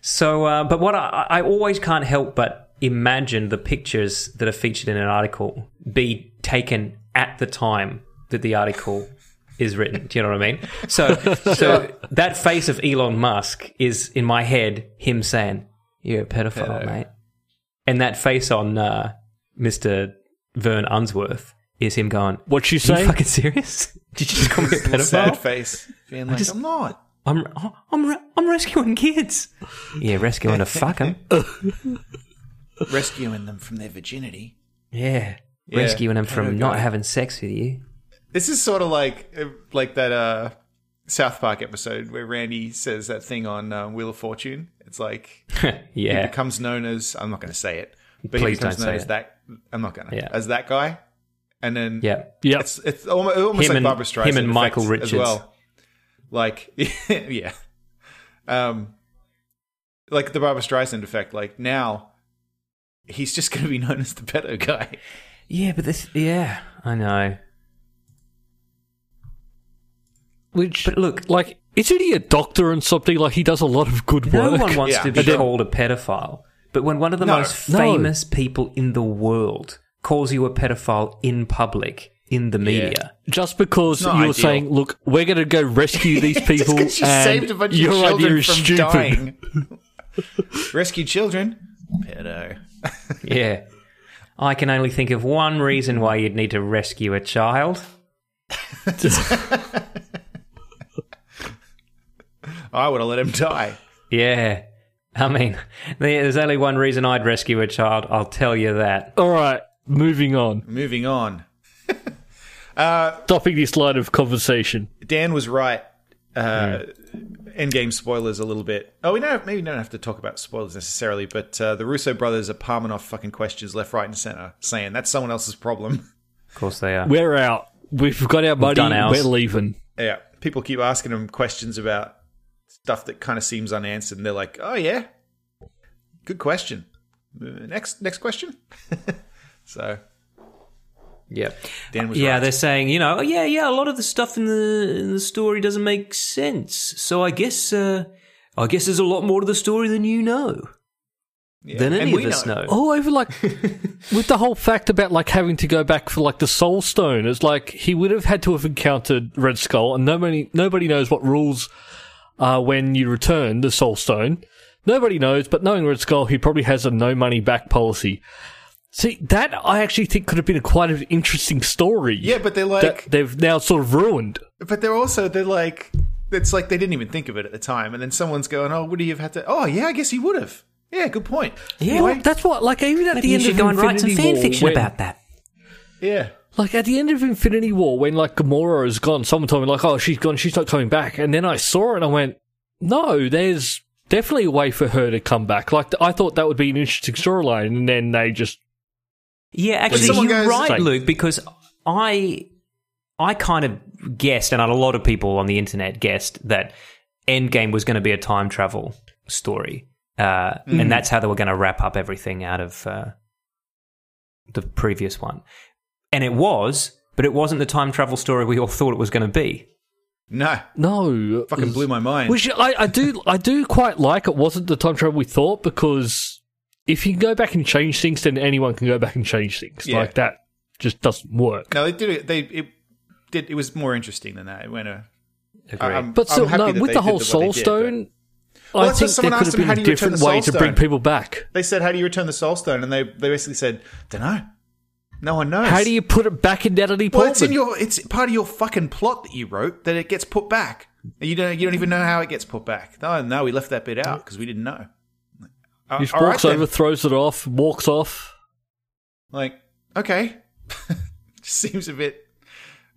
So, uh, but what I, I always can't help but imagine the pictures that are featured in an article be taken at the time that the article is written. Do you know what I mean? So, so that face of Elon Musk is in my head him saying, "You're a pedophile, mate," and that face on uh, Mr. Vern Unsworth is him going, What you "Are you say? fucking serious? Did you just call me a Little sad pedophile?" face. Being like, just- I'm not. I'm I'm re- I'm rescuing kids. Yeah, rescuing to fuck them. Rescuing them from their virginity. Yeah, Yeah. rescuing them from Pedo not guy. having sex with you. This is sort of like like that uh, South Park episode where Randy says that thing on uh, Wheel of Fortune. It's like he yeah, becomes known as I'm not going to say it, but he Please becomes don't known say as it. that. I'm not going to Yeah. as that guy. And then yeah. Yep. it's it's almost, almost Him like and- Barbara Streisand. him and effect Michael as Richards. well. Like yeah, um, like the Barbara Streisand effect. Like now, he's just going to be known as the pedo guy. Yeah, but this, yeah, I know. Which, But look, like, isn't he a doctor and something? Like, he does a lot of good no work. one wants Yeah. to be Sure. called a pedophile. But when one of the No. most No. famous people in the world calls you a pedophile in public, in the media, Just because It's not you're ideal. saying, look, we're going to go rescue these people, Just 'cause you and saved a bunch your of idea children is from stupid. dying. Rescue children, pedo. yeah. I can only think of one reason why you'd need to rescue a child. I would have let him die. Yeah. I mean, there's only one reason I'd rescue a child. I'll tell you that. All right, moving on. Moving on. Uh, Stopping this line of conversation. Dan was right. Uh, Endgame spoilers a little bit. Oh, we don't maybe don't have to talk about spoilers necessarily, but uh, the Russo brothers are palming off fucking questions left, right, and center, saying that's someone else's problem. Of course they are. We're out. We've got our money. done ours. We're leaving. yeah, people keep asking them questions about stuff that kind of seems unanswered, and they're like, "Oh yeah, good question. Uh, next, next question." so Yeah. Dan was Yeah, right. they're saying, you know, oh, yeah, yeah, a lot of the stuff in the in the story doesn't make sense. So I guess uh I guess there's a lot more to the story than you know. Yeah, Than and any of we us know. Oh, over like with the whole fact about like having to go back for like the Soul Stone. It's like he would have had to have encountered Red Skull, and nobody nobody knows what rules are when you return the Soul Stone. Nobody knows, but knowing Red Skull, he probably has a no money back policy. See, that I actually think could have been a quite an interesting story. Yeah, but they're like, that they've now sort of ruined. but they're also they're like, it's like they didn't even think of it at the time, and then someone's going, "Oh, would he have had to?" Oh yeah, I guess he would have. Yeah, good point. Yeah. Well, that's what like even at the Maybe you end should of go and Infinity write some fan War, fiction when- about that. Yeah. Like at the end of Infinity War, when like Gamora is gone, someone told me like, "Oh, she's gone. She's not coming back." And then I saw it and I went, "No, there's definitely a way for her to come back." Like I thought that would be an interesting storyline, and then they just Yeah, actually, someone you're goes- right, Like- Luke, because I I kind of guessed, and a lot of people on the internet guessed that Endgame was going to be a time travel story, uh, Mm. and that's how they were going to wrap up everything out of uh, the previous one, and it was, but it wasn't the time travel story we all thought it was going to be. No, no fucking blew my mind. Which I, I do I do quite like. It wasn't the time travel we thought because if you can go back and change things, then anyone can go back and change things. Yeah. Like that just doesn't work. no, they did it. They it did. It was more interesting than that. It went a. Agreed. I'm- But so I'm happy no, that with they the did whole what they Soul did, but- Stone, Well, I think that's what there could someone asked have them, been "How a do you return different the way Soul to bring Stone?" people back. They said, "How do you return the Soul Stone?" And they they basically said, "Don't know. No one knows." How do you put it back in Natalie Portman? Well, it's in your. It's part of your fucking plot that you wrote that it gets put back. And You don't. You don't even know how it gets put back. No, no, we left that bit out because we didn't know. Uh, He just all right walks then. over, throws it off, walks off. Like, okay, seems a bit,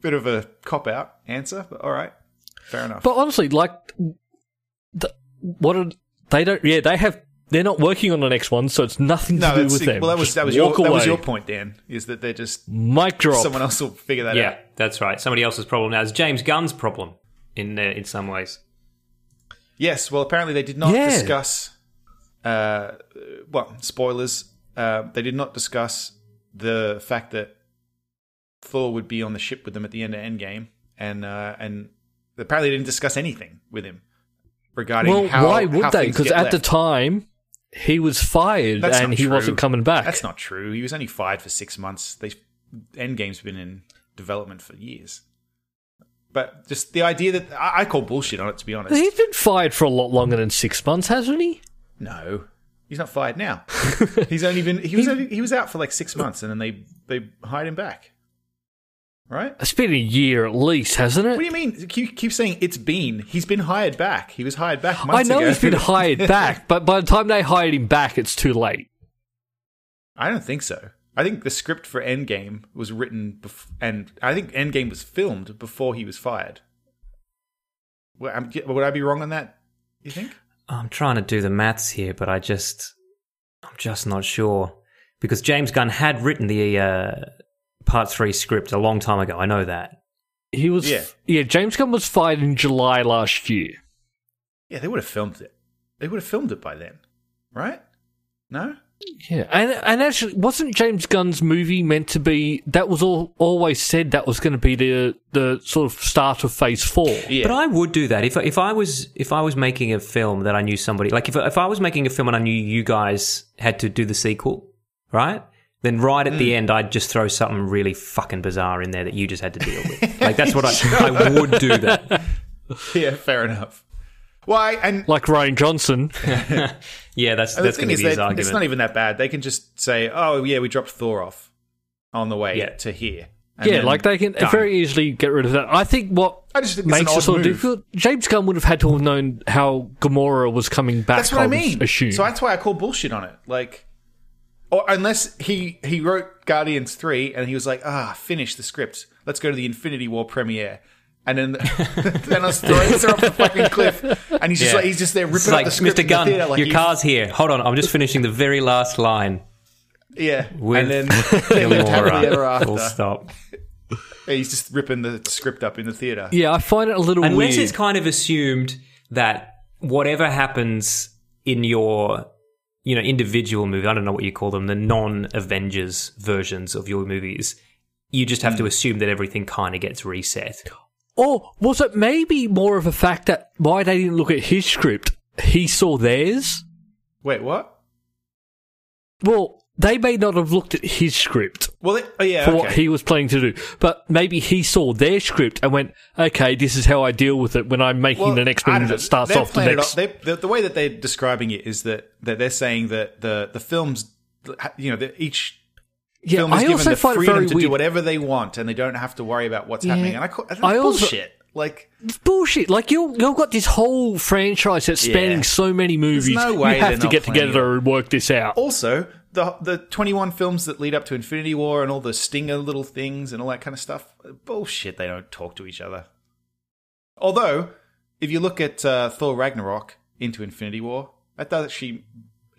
bit of a cop out answer, but all right, fair enough. But honestly, like, th- what are they don't? Yeah, they have. They're not working on the next one, so it's nothing to do that's- with them. well, that was Just that was your walk that was away. your point, Dan. Is that they're just Mic drop. someone else will figure that out. yeah, that's right. Somebody else's problem now is James Gunn's problem in uh, in some ways. Yes. Well, apparently they did not Yeah. discuss. Uh, well, spoilers. Uh, they did not discuss the fact that Thor would be on the ship with them at the end of Endgame, and uh, and apparently they didn't discuss anything with him regarding well, how. why would how they? things Because get at the left. time, he was fired That's and not he true. wasn't coming back. That's not true. He was only fired for six months. They Endgame's been in development for years. But just the idea that I, I call bullshit on it. To be honest, He's been fired for a lot longer than six months, hasn't he? No, he's not fired now. he's only been he was only, he was out for like six months, and then they they hired him back. Right? It's been a year at least, hasn't What do it? you mean? Keep, keep saying it's been. He's been hired back. He was hired back. I Months know ago. he's been hired back, but by the time they hired him back, it's too late. I don't think so. I think the script for Endgame was written, bef- and I think Endgame was filmed before he was fired. Well, I'm, would I be wrong on that? You think? I'm trying to do the maths here, but I just, I'm just not sure because James Gunn had written the uh, part three script a long time ago. I know that. He was Yeah. yeah James Gunn was fired in July last year. Yeah, they would have filmed it. They would have filmed it by then, right? No. Yeah, and and actually, wasn't James Gunn's movie meant to be? That was all always said that was going to be the the sort of start of Phase Four. Yeah. But I would do that if if I was if I was making a film that I knew somebody like if if I was making a film and I knew you guys had to do the sequel, right? Then right at Mm. the end, I'd just throw something really fucking bizarre in there that you just had to deal with. Like that's what I I would do that. yeah, fair enough. Why? and Like Ryan Johnson, Yeah, that's and the that's going thing to is, be they, his argument. it's not even that bad. They can just say, "Oh, yeah, we dropped Thor off on the way Yeah. to here." And yeah, then- like they can done. very easily get rid of that. I think what I just think it's makes an it odd sort of move. difficult. James Gunn would have had to have known how Gamora was coming back. That's what I would mean. Assume. So that's why I call bullshit on it. Like, Or unless he he wrote Guardians three and he was like, ah, finish the script. Let's go to the Infinity War premiere. And then Thanos throws her off the fucking cliff, and he's just Yeah. like he's just there ripping It's like, up the script. Mr. in the Gunn, theater, like your you- car's here. Hold on, I'm just finishing the very last line. yeah. With and then they lived happily ever Gamora. Full after. stop. And he's just ripping the script up in the theater. Yeah, I find it a little Unless weird. it's kind of assumed that whatever happens in your you know individual movie, I don't know what you call them, the non-Avengers versions of your movies, you just have to assume that everything kind of gets reset. Or was it maybe more of a fact that why they didn't look at his script? He saw theirs. Wait, what? Well, they may not have looked at his script Well, it, oh yeah. for okay. what he was planning to do, but maybe he saw their script and went, "Okay, this is how I deal with it when I'm making Well, the next I movie don't know. that starts They're off the playing it next." off- they, the, the way that they're describing it is that, that they're saying that the the films, you know, that each yeah, film is I given also the find it freedom very to do weird. whatever they want, and they don't have to worry about what's happening. And I, call, that's I also- bullshit. Like, It's bullshit. Like you, you've got this whole franchise that's spanning Yeah. so many movies. no way you they're have to not get planning together and work this out. also the the twenty one films that lead up to Infinity War and all the stinger little things and all that kind of stuff. Bullshit. They don't talk to each other. Although, if you look at uh, Thor Ragnarok into Infinity War, I thought that she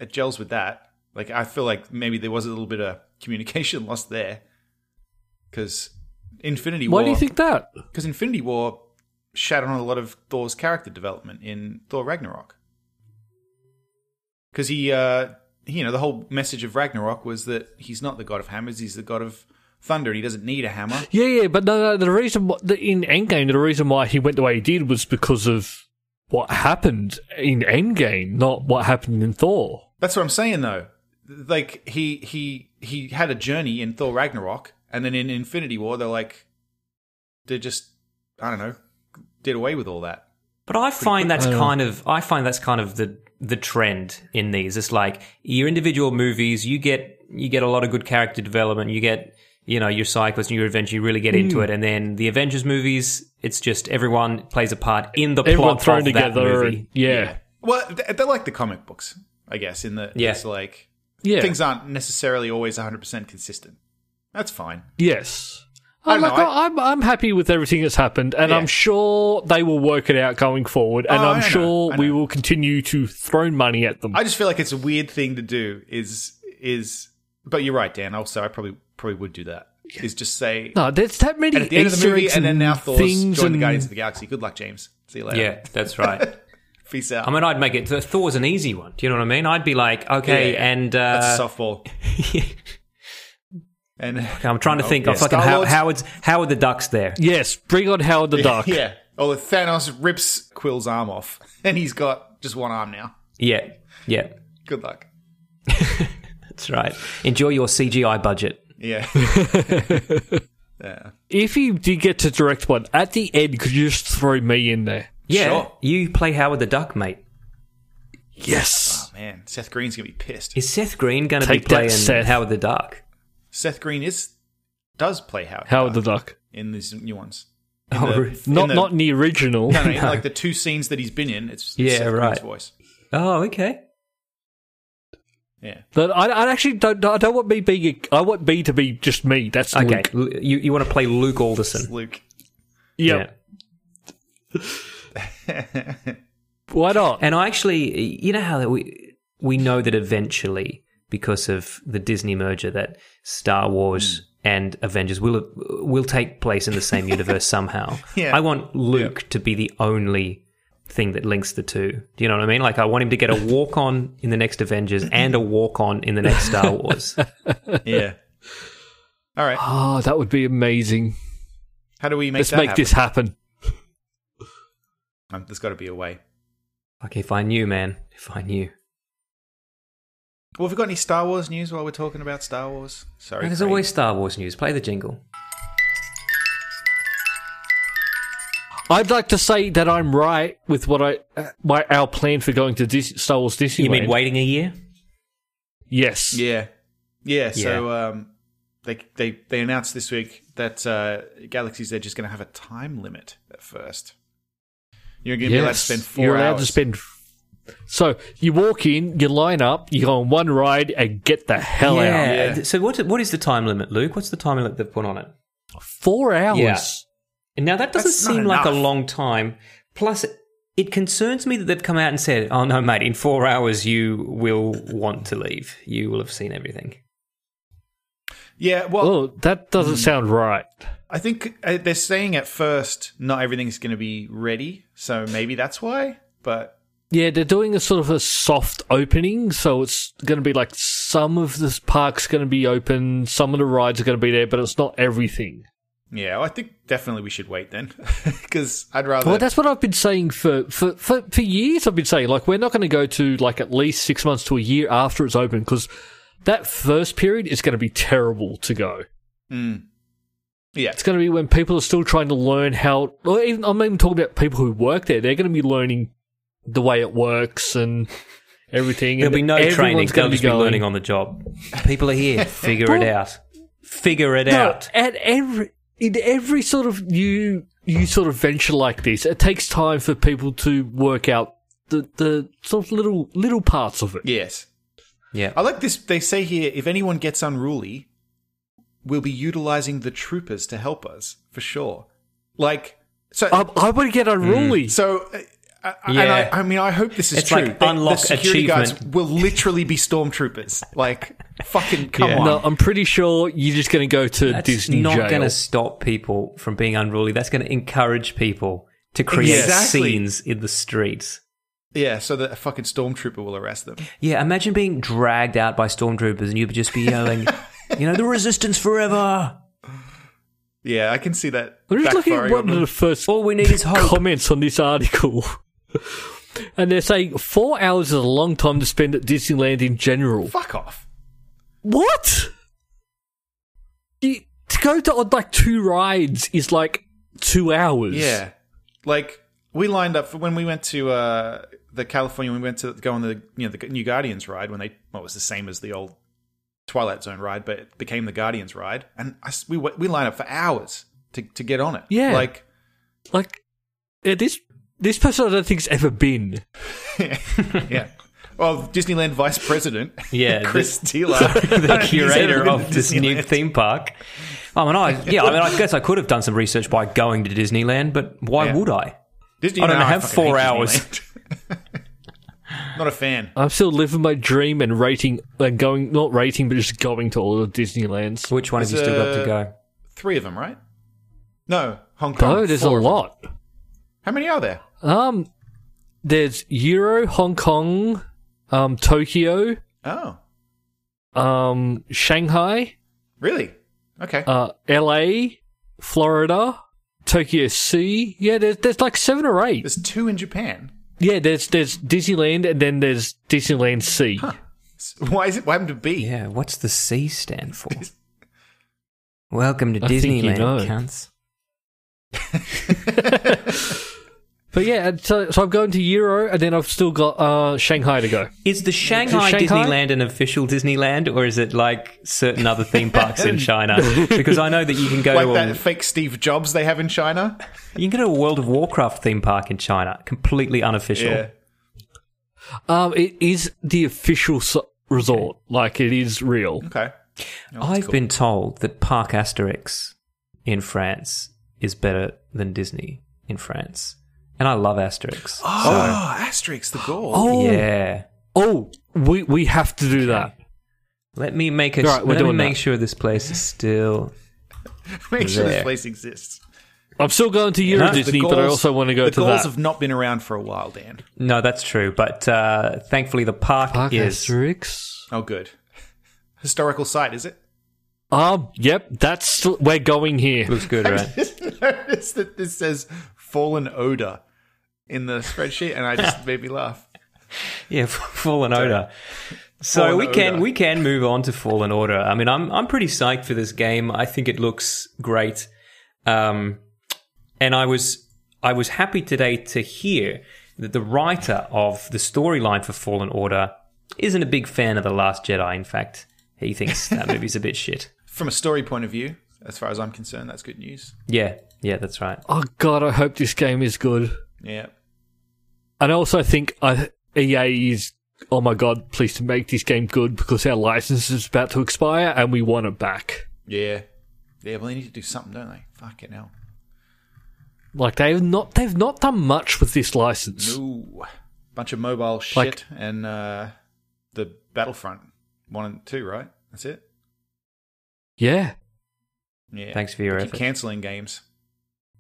it gels with that. Like, I feel like maybe there was a little bit of communication lost there because Infinity War. Why do you think that? because Infinity War shat on a lot of Thor's character development in Thor Ragnarok. Because he, uh, you know, the whole message of Ragnarok was that he's not the god of hammers; he's the god of thunder, and he doesn't need a hammer. Yeah, yeah, but no, no. The reason wh- the, in Endgame, the reason why he went the way he did was because of what happened in Endgame, not what happened in Thor. That's what I'm saying, though. Like he he he had a journey in Thor Ragnarok, and then in Infinity War, they're like, they just, I don't know, did away with all that. But I find that's kind of I find that's kind of the the trend in these. It's like your individual movies, you get you get a lot of good character development, you get you know your cyclist and your adventure, you really Hmm. get into it, and then the Avengers movies, it's just everyone plays a part in the Everyone plot thrown of that together, movie. and yeah, Well, th- they're like the comic books, I guess. In the Yeah. it's like yeah, things aren't necessarily always 100% consistent. That's fine. yes. I I'm don't like, know, Oh I, am I'm happy with everything that's happened, and Yeah. I'm sure they will work it out going forward, and Oh, I I'm know, sure I we know. will continue to throw money at them. I just feel like it's a weird thing to do is is but you're right, Dan. Also, I probably probably would do that. Is just say no, there's that many and at the end of the Easter movie eggs and then now Thor's things joined the and- Guardians of the Galaxy. Good luck, James. See you later. yeah, that's right. Peace out. I mean, I'd make it. Thor's an easy one. Do you know what I mean? I'd be like, okay, Yeah, yeah. and That's a uh, softball. And I'm trying to Oh, think. yeah. of fucking how, Star-Lord's- Howard's Howard the Duck's there. Yes, bring on Howard the Duck. yeah. Oh, Thanos rips Quill's arm off and he's got just one arm now. Yeah, yeah, Good luck. that's right. Enjoy your CGI budget. Yeah. If you did get to direct one at the end, could you just throw me in there? Yeah, Sure. you play Howard the Duck, mate. Yes. Man, Seth Green's going to be pissed. Is Seth Green going to be Take that, playing Seth. Howard the Duck? Seth Green is does play Howard. Howard the Duck. in these new ones. Oh, the- really? Uh, in Not the- not in the original. no, no, in, like the two scenes that he's been in. It's, it's Yeah, Seth Green's right. voice. Oh, okay. Yeah, But I, I actually don't. I don't want me being. A, I want B to be just me. That's Okay, Luke. Lu- you you want to play Luke it's Alderson? Luke. Yep. Why not? And I actually, you know how that we we know that eventually, because of the Disney merger, that Star Wars and Avengers will will take place in the same universe somehow. Yeah. I want Luke to be the only thing that links the two. Do you know what I mean? Like I want him to get a walk on in the next Avengers and a walk on in the next Star Wars. Yeah. All right. Oh, that would be amazing. How do we make Let's that make happen? this happen. Um, there's got to be a way. like if I knew, man, if I knew. Well, have we got any Star Wars news while we're talking about Star Wars? Sorry. There's Craig. always Star Wars news. Play the jingle. I'd like to say that I'm right with what I uh, my our plan for going to Dis- Star Wars Disneyland. You mean waiting a year? Yes. Yeah. Yeah. So um, they they they announced this week that uh, Galaxy's Edge is going to have a time limit at first. You're going to be allowed to Yes. spend 4 You're hours. allowed to spend So you walk in, you line up, you go on one ride, and get the hell out. yeah. Yeah. So what what is the time limit, Luke? What's the time limit they've put on it? Four hours. Yeah. And now that doesn't That's not seem like a enough. long time. Plus, it concerns me that they've come out and said, "Oh no, mate, in four hours you will want to leave. You will have seen everything." Yeah, well, Oh, that doesn't sound right. I think uh, they're saying at first not everything's going to be ready, so maybe that's why. But Yeah, they're doing a sort of a soft opening, so it's going to be like some of this park's going to be open, some of the rides are going to be there, but it's not everything. yeah, I think definitely we should wait then, because I'd rather. Well, that's what I've been saying for, for, for, for years. I've been saying, like, we're not going to go to, like, at least six months to a year after it's open because that first period is going to be terrible to go. yeah, It's going to be when people are still trying to learn how, or even, I'm even talking about people who work there. They're going to be learning the way it works and everything. There'll and be no everyone's training. gonna They'll just be going- learning on the job. People are here. Figure it out. Figure it No, out. At every in every sort of new new sort of venture like this, it takes time for people to work out the the sort of little little parts of it. yes, Yeah. I like this. They say here, if anyone gets unruly, we'll be utilizing the troopers to help us for sure. Like, so, I, I would get Mm. unruly. so. uh, I, I- And Yeah. I, I mean, I hope this is It's true. like The- unlock the security guards achievement. will literally be stormtroopers. Like, fucking come Yeah. uh on. No, I'm pretty sure you're just going to go to That's Disney not jail. going to stop people from being unruly. That's going to encourage people to create Exactly. scenes in the streets. Yeah, so that a fucking stormtrooper will arrest them. Yeah, imagine being dragged out by stormtroopers and you'd just be yelling, you know, the resistance forever. Yeah, I can see that. I'm just looking at backfiring on one of them. the first All we need is hope. comments on this article. And they're saying four hours is a long time to spend at Disneyland in general. Fuck off. What? You, to go to on like two rides is like two hours. Yeah, like we lined up for when we went to uh, the California. We went to go on the you know the New Guardians ride when they well, it was the same as the old Twilight Zone ride, but it became the Guardians ride, and I s we wa- we lined up for hours to to get on it. Yeah. like Like yeah, this this person I don't think's ever been. yeah. Well, Disneyland Vice President, Yeah, Chris Teeler, the curator of this new theme park. I mean, I yeah, I mean, I guess I could have done some research by going to Disneyland, but why Yeah. would I? Disney, I don't no, have fucking four hate hours. Disneyland. Not a fan. I'm still living my dream and rating and going not rating but just going to all the Disneylands. Which one have you There's still got to a- go? Three of them, right? No, Hong Kong. Oh, there's a four of them. lot. How many are there? Um there's Euro, Hong Kong, um Tokyo, Oh, um Shanghai, really? Okay. uh, LA, Florida, Tokyo C. Yeah, there's, there's like seven or eight. There's two in Japan. Yeah, there's there's Disneyland and then there's Disneyland C. S- Why is it? Why happened to B? Yeah, what's the C stand for? Welcome to I think you Disneyland, know. cunts. But yeah, and so, so I'm going to Euro and then I've still got uh, Shanghai to go. Is the Shanghai, Shanghai? Disneyland an official Disneyland, or is it like certain other theme parks in China? Because I know that you can go Like to that a, fake Steve Jobs they have in China. you can go to a World of Warcraft theme park in China, completely unofficial. Um, it is the official s resort, like it is real. Okay. I've been told that Parc Asterix in France is better than Disney in France, and I love Asterix. Oh, Asterix the Gaul. Oh, Yeah, oh, we we have to do that. let me make a, All right, we're let me doing make that. sure this place is still. Make sure this there. place exists. I'm still going to Euro No, the Disney, but I Gauls- also want to go the to Gauls that. have not been around for a while, Dan. No, that's true, but uh, thankfully the park, Park is. Asterix. Oh, good. Historical site, is it? Um, yep, that's still, we're going here. Looks good, right? Notice that this says fallen odor in the spreadsheet, and I just made me laugh. Yeah, f- Fallen Order. So Fallen we can Order. we can move on to Fallen Order. I mean, I'm I'm pretty psyched for this game. I think it looks great. Um, and I was I was happy today to hear that the writer of the storyline for Fallen Order isn't a big fan of the Last Jedi. In fact, he thinks that movie's a bit shit. From a story point of view, as far as I'm concerned, that's good news. Yeah, yeah, that's right. Oh god, I hope this game is good. Yeah. And I also think I EA is, oh my god, please make this game good because our license is about to expire and we want it back. Yeah. Yeah, well, they need to do something, don't they? Fucking hell. Like they've not they've not done much with this license. Ooh. Bunch of mobile shit Like- and uh, the Battlefront 1 and 2, right? That's it? Yeah. Yeah. Thanks for your They keep effort. canceling games.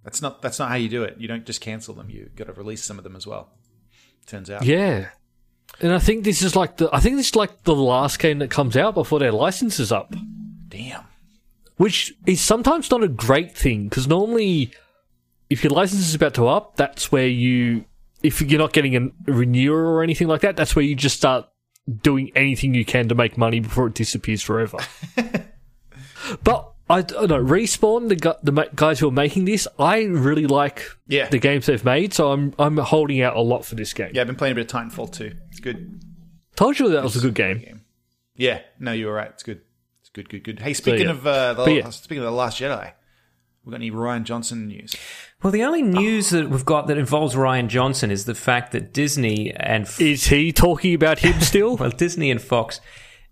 That's not that's not how you do it. You don't just cancel them. You got to release some of them as well. Turns out. Yeah. And I think this is like the I think this is like the last game that comes out before their license is up. Damn. which is sometimes not a great thing because normally if your license is about to up that's where you if you're not getting a renewal or anything like that that's where you just start doing anything you can to make money before it disappears forever but I don't know. Respawn, the, gu- the ma- guys who are making this, I really like Yeah. the games they've made, so I'm I'm holding out a lot for this game. Yeah, I've been playing a bit of Titanfall too. It's good. Told you that was a good game. Yeah. No, you were right. It's good. It's good. Good. Good. Hey, speaking yeah. of uh, the But yeah. speaking of the Last Jedi, we got any Ryan Johnson news? Well, the only news that we've got that involves Ryan Johnson is the fact that Disney and Is he talking about him still? well, Disney and Fox,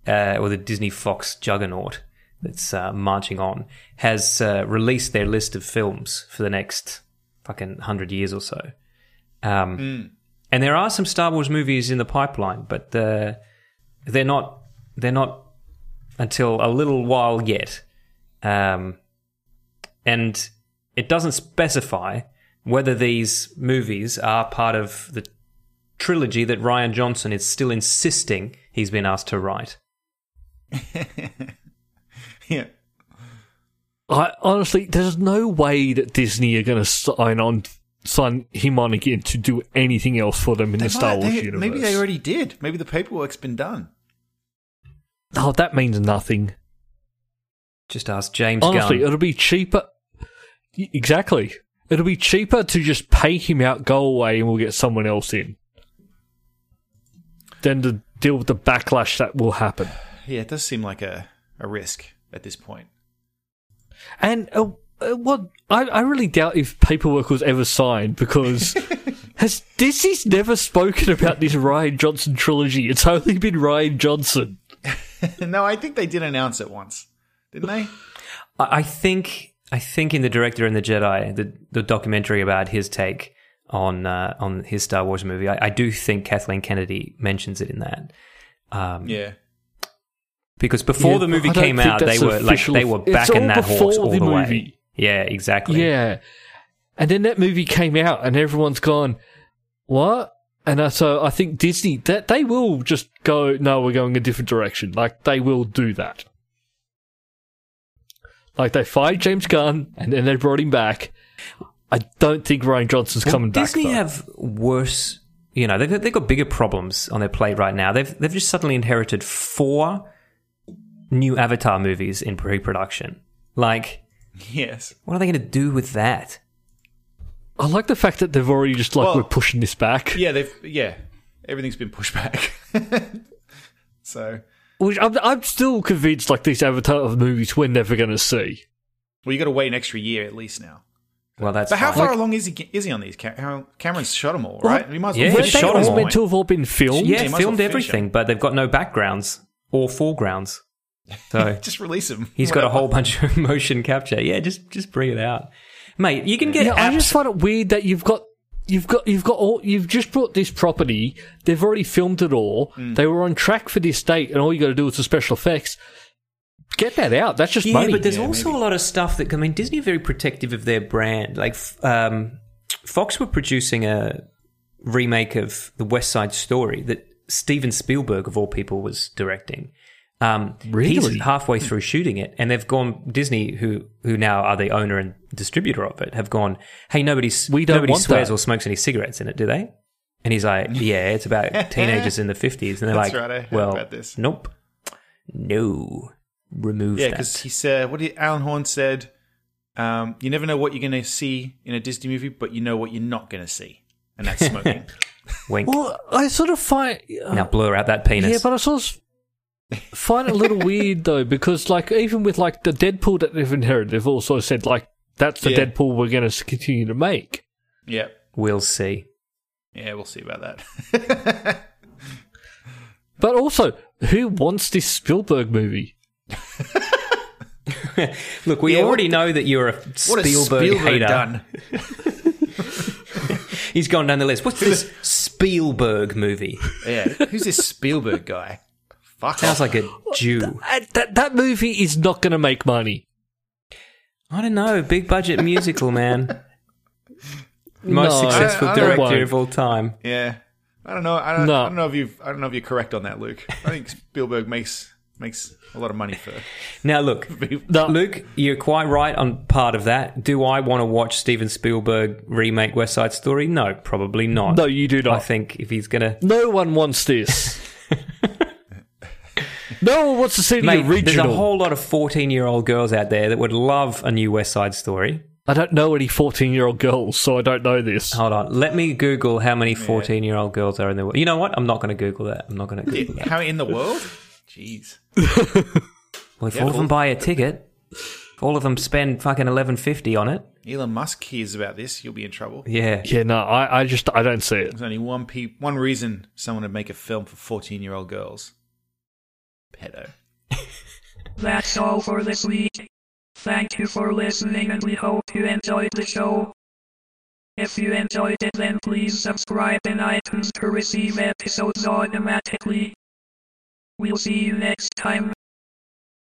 uh, or the Disney Fox juggernaut that's uh, marching on, has uh, released their list of films for the next fucking hundred years or so. Um, And there are some Star Wars movies in the pipeline, but uh, they're not they're not until a little while yet. Um, and it doesn't specify whether these movies are part of the trilogy that Ryan Johnson is still insisting he's been asked to write. yeah. I honestly, there's no way that Disney are going to sign on, sign him on again to do anything else for them in the Star might- Wars they- universe. Maybe they already did. Maybe the paperwork's been done. Oh, that means nothing. Just ask James Honestly, Gunn. it'll be cheaper. Y- Exactly, it'll be cheaper to just pay him out, go away, and we'll get someone else in, than to deal with the backlash that will happen. Yeah, it does seem like a, a risk at this point. And uh, uh, what I, I really doubt if paperwork was ever signed because has Disney's never spoken about this Ryan Johnson trilogy. It's only been Ryan Johnson. no, I think they did announce it once, didn't they? I I think I think in the director and the Jedi, the, the documentary about his take on uh, on his Star Wars movie, I, I do think Kathleen Kennedy mentions it in that yeah. because before Yeah, the movie I don't came think out, they that's were like official- they were it's backing all that horse before all the, the way. movie. Yeah, exactly. Yeah. And then that movie came out and everyone's gone, what? And I, so I think Disney, that they will just go, no, we're going a different direction. Like, they will do that. Like, they fired James Gunn and then they brought him back. I don't think Ryan Johnson's Well, coming back. Disney though. have worse. You know, they've got, they've got bigger problems on their plate right now. They've they've just suddenly inherited four new Avatar movies in pre-production. Like, Yes. what are they going to do with that? I like the fact that they've already just like Well- we're pushing this back. Yeah, they've yeah. Everything's been pushed back. so Which I'm, I'm still convinced like these Avatar movies we're never going to see. well, you got to wait an extra year at least now. Well, that's But how fine. far along is he? ge- Is he on these? Ca- how, Cameron's shot them all, Well, right? We might as well yeah, Weren't finish they shot them all them all. all. meant to have all been filmed? yeah, you might as well filmed finish everything, but they've got no backgrounds or foregrounds. So Just release him. he's got a whole bunch of motion capture. Yeah, just just bring it out, mate. You can get Yeah, I apps just find it weird that you've got you've got you've got all you've just brought this property. They've already filmed it all. Mm. They were on track for this date, and all you got to do is the special effects. Get that out. That's just Yeah, money. but there's Yeah, also maybe. a lot of stuff that I mean, Disney are very protective of their brand. Like f- um, Fox were producing a remake of The West Side Story that Steven Spielberg, of all people, was directing. Um, Really? He's halfway through shooting it, and they've gone Disney, who who now are the owner and distributor of it, have gone. Hey, nobody, s- We don't nobody want swears that." or smokes any cigarettes in it, do they? And he's like, Yeah, it's about teenagers in the fifties, and they're That's like, right, I heard Well, about this." nope, no, remove Yeah, that. because he said what did Alan Horn said. Um, you never know what you're going to see in a Disney movie, but you know what you're not going to see, and that's smoking. Wink. well, I sort of find now blur out that penis. Yeah, but I sort of find it a little weird though, because like even with like the Deadpool that they've inherited, they've also said like that's the Yeah. Deadpool we're going to continue to make. yep. we'll see. Yeah, we'll see about that. But also, who wants this Spielberg movie? Look, we Yeah, what already know that you're a What Spielberg, has Spielberg, hater. done? He's gone down the list. What's this Spielberg movie? Yeah, who's this Spielberg guy? Fuck Sounds off. like a Jew. Uh, That, that movie is not going to make money. I don't know. Big budget musical, man. Most No, successful I- I don't director know. of all time. Yeah, I don't know. I don't, No. I don't know if you. I don't know if you're correct on that, Luke. I think Spielberg makes makes a lot of money for. Now, look, No. Luke, you're quite right on part of that. Do I want to watch Steven Spielberg remake West Side Story? No, probably not. No, you do I not. think if he's gonna No one wants this. no one wants to see the Mate, there's original. a whole lot of 14 year old girls out there that would love a new West Side Story. I don't know any 14 year old girls, so I don't know this. Hold on, let me Google how many 14 year old girls are in the world. You know what? I'm not going to Google that. I'm not going to Google that. How in the world? Jeez. Well, if all of them buy a ticket, if all of them spend fucking 11.50 on it, Elon Musk hears about this, you'll be in trouble. yeah, Yeah, no, I, I just I don't see it. There's only one pe- one reason someone would make a film for 14 year old girls. Pedo. That's all for this week. Thank you for listening and we hope you enjoyed the show. If you enjoyed it then please subscribe in iTunes to receive episodes automatically. We'll see you next time.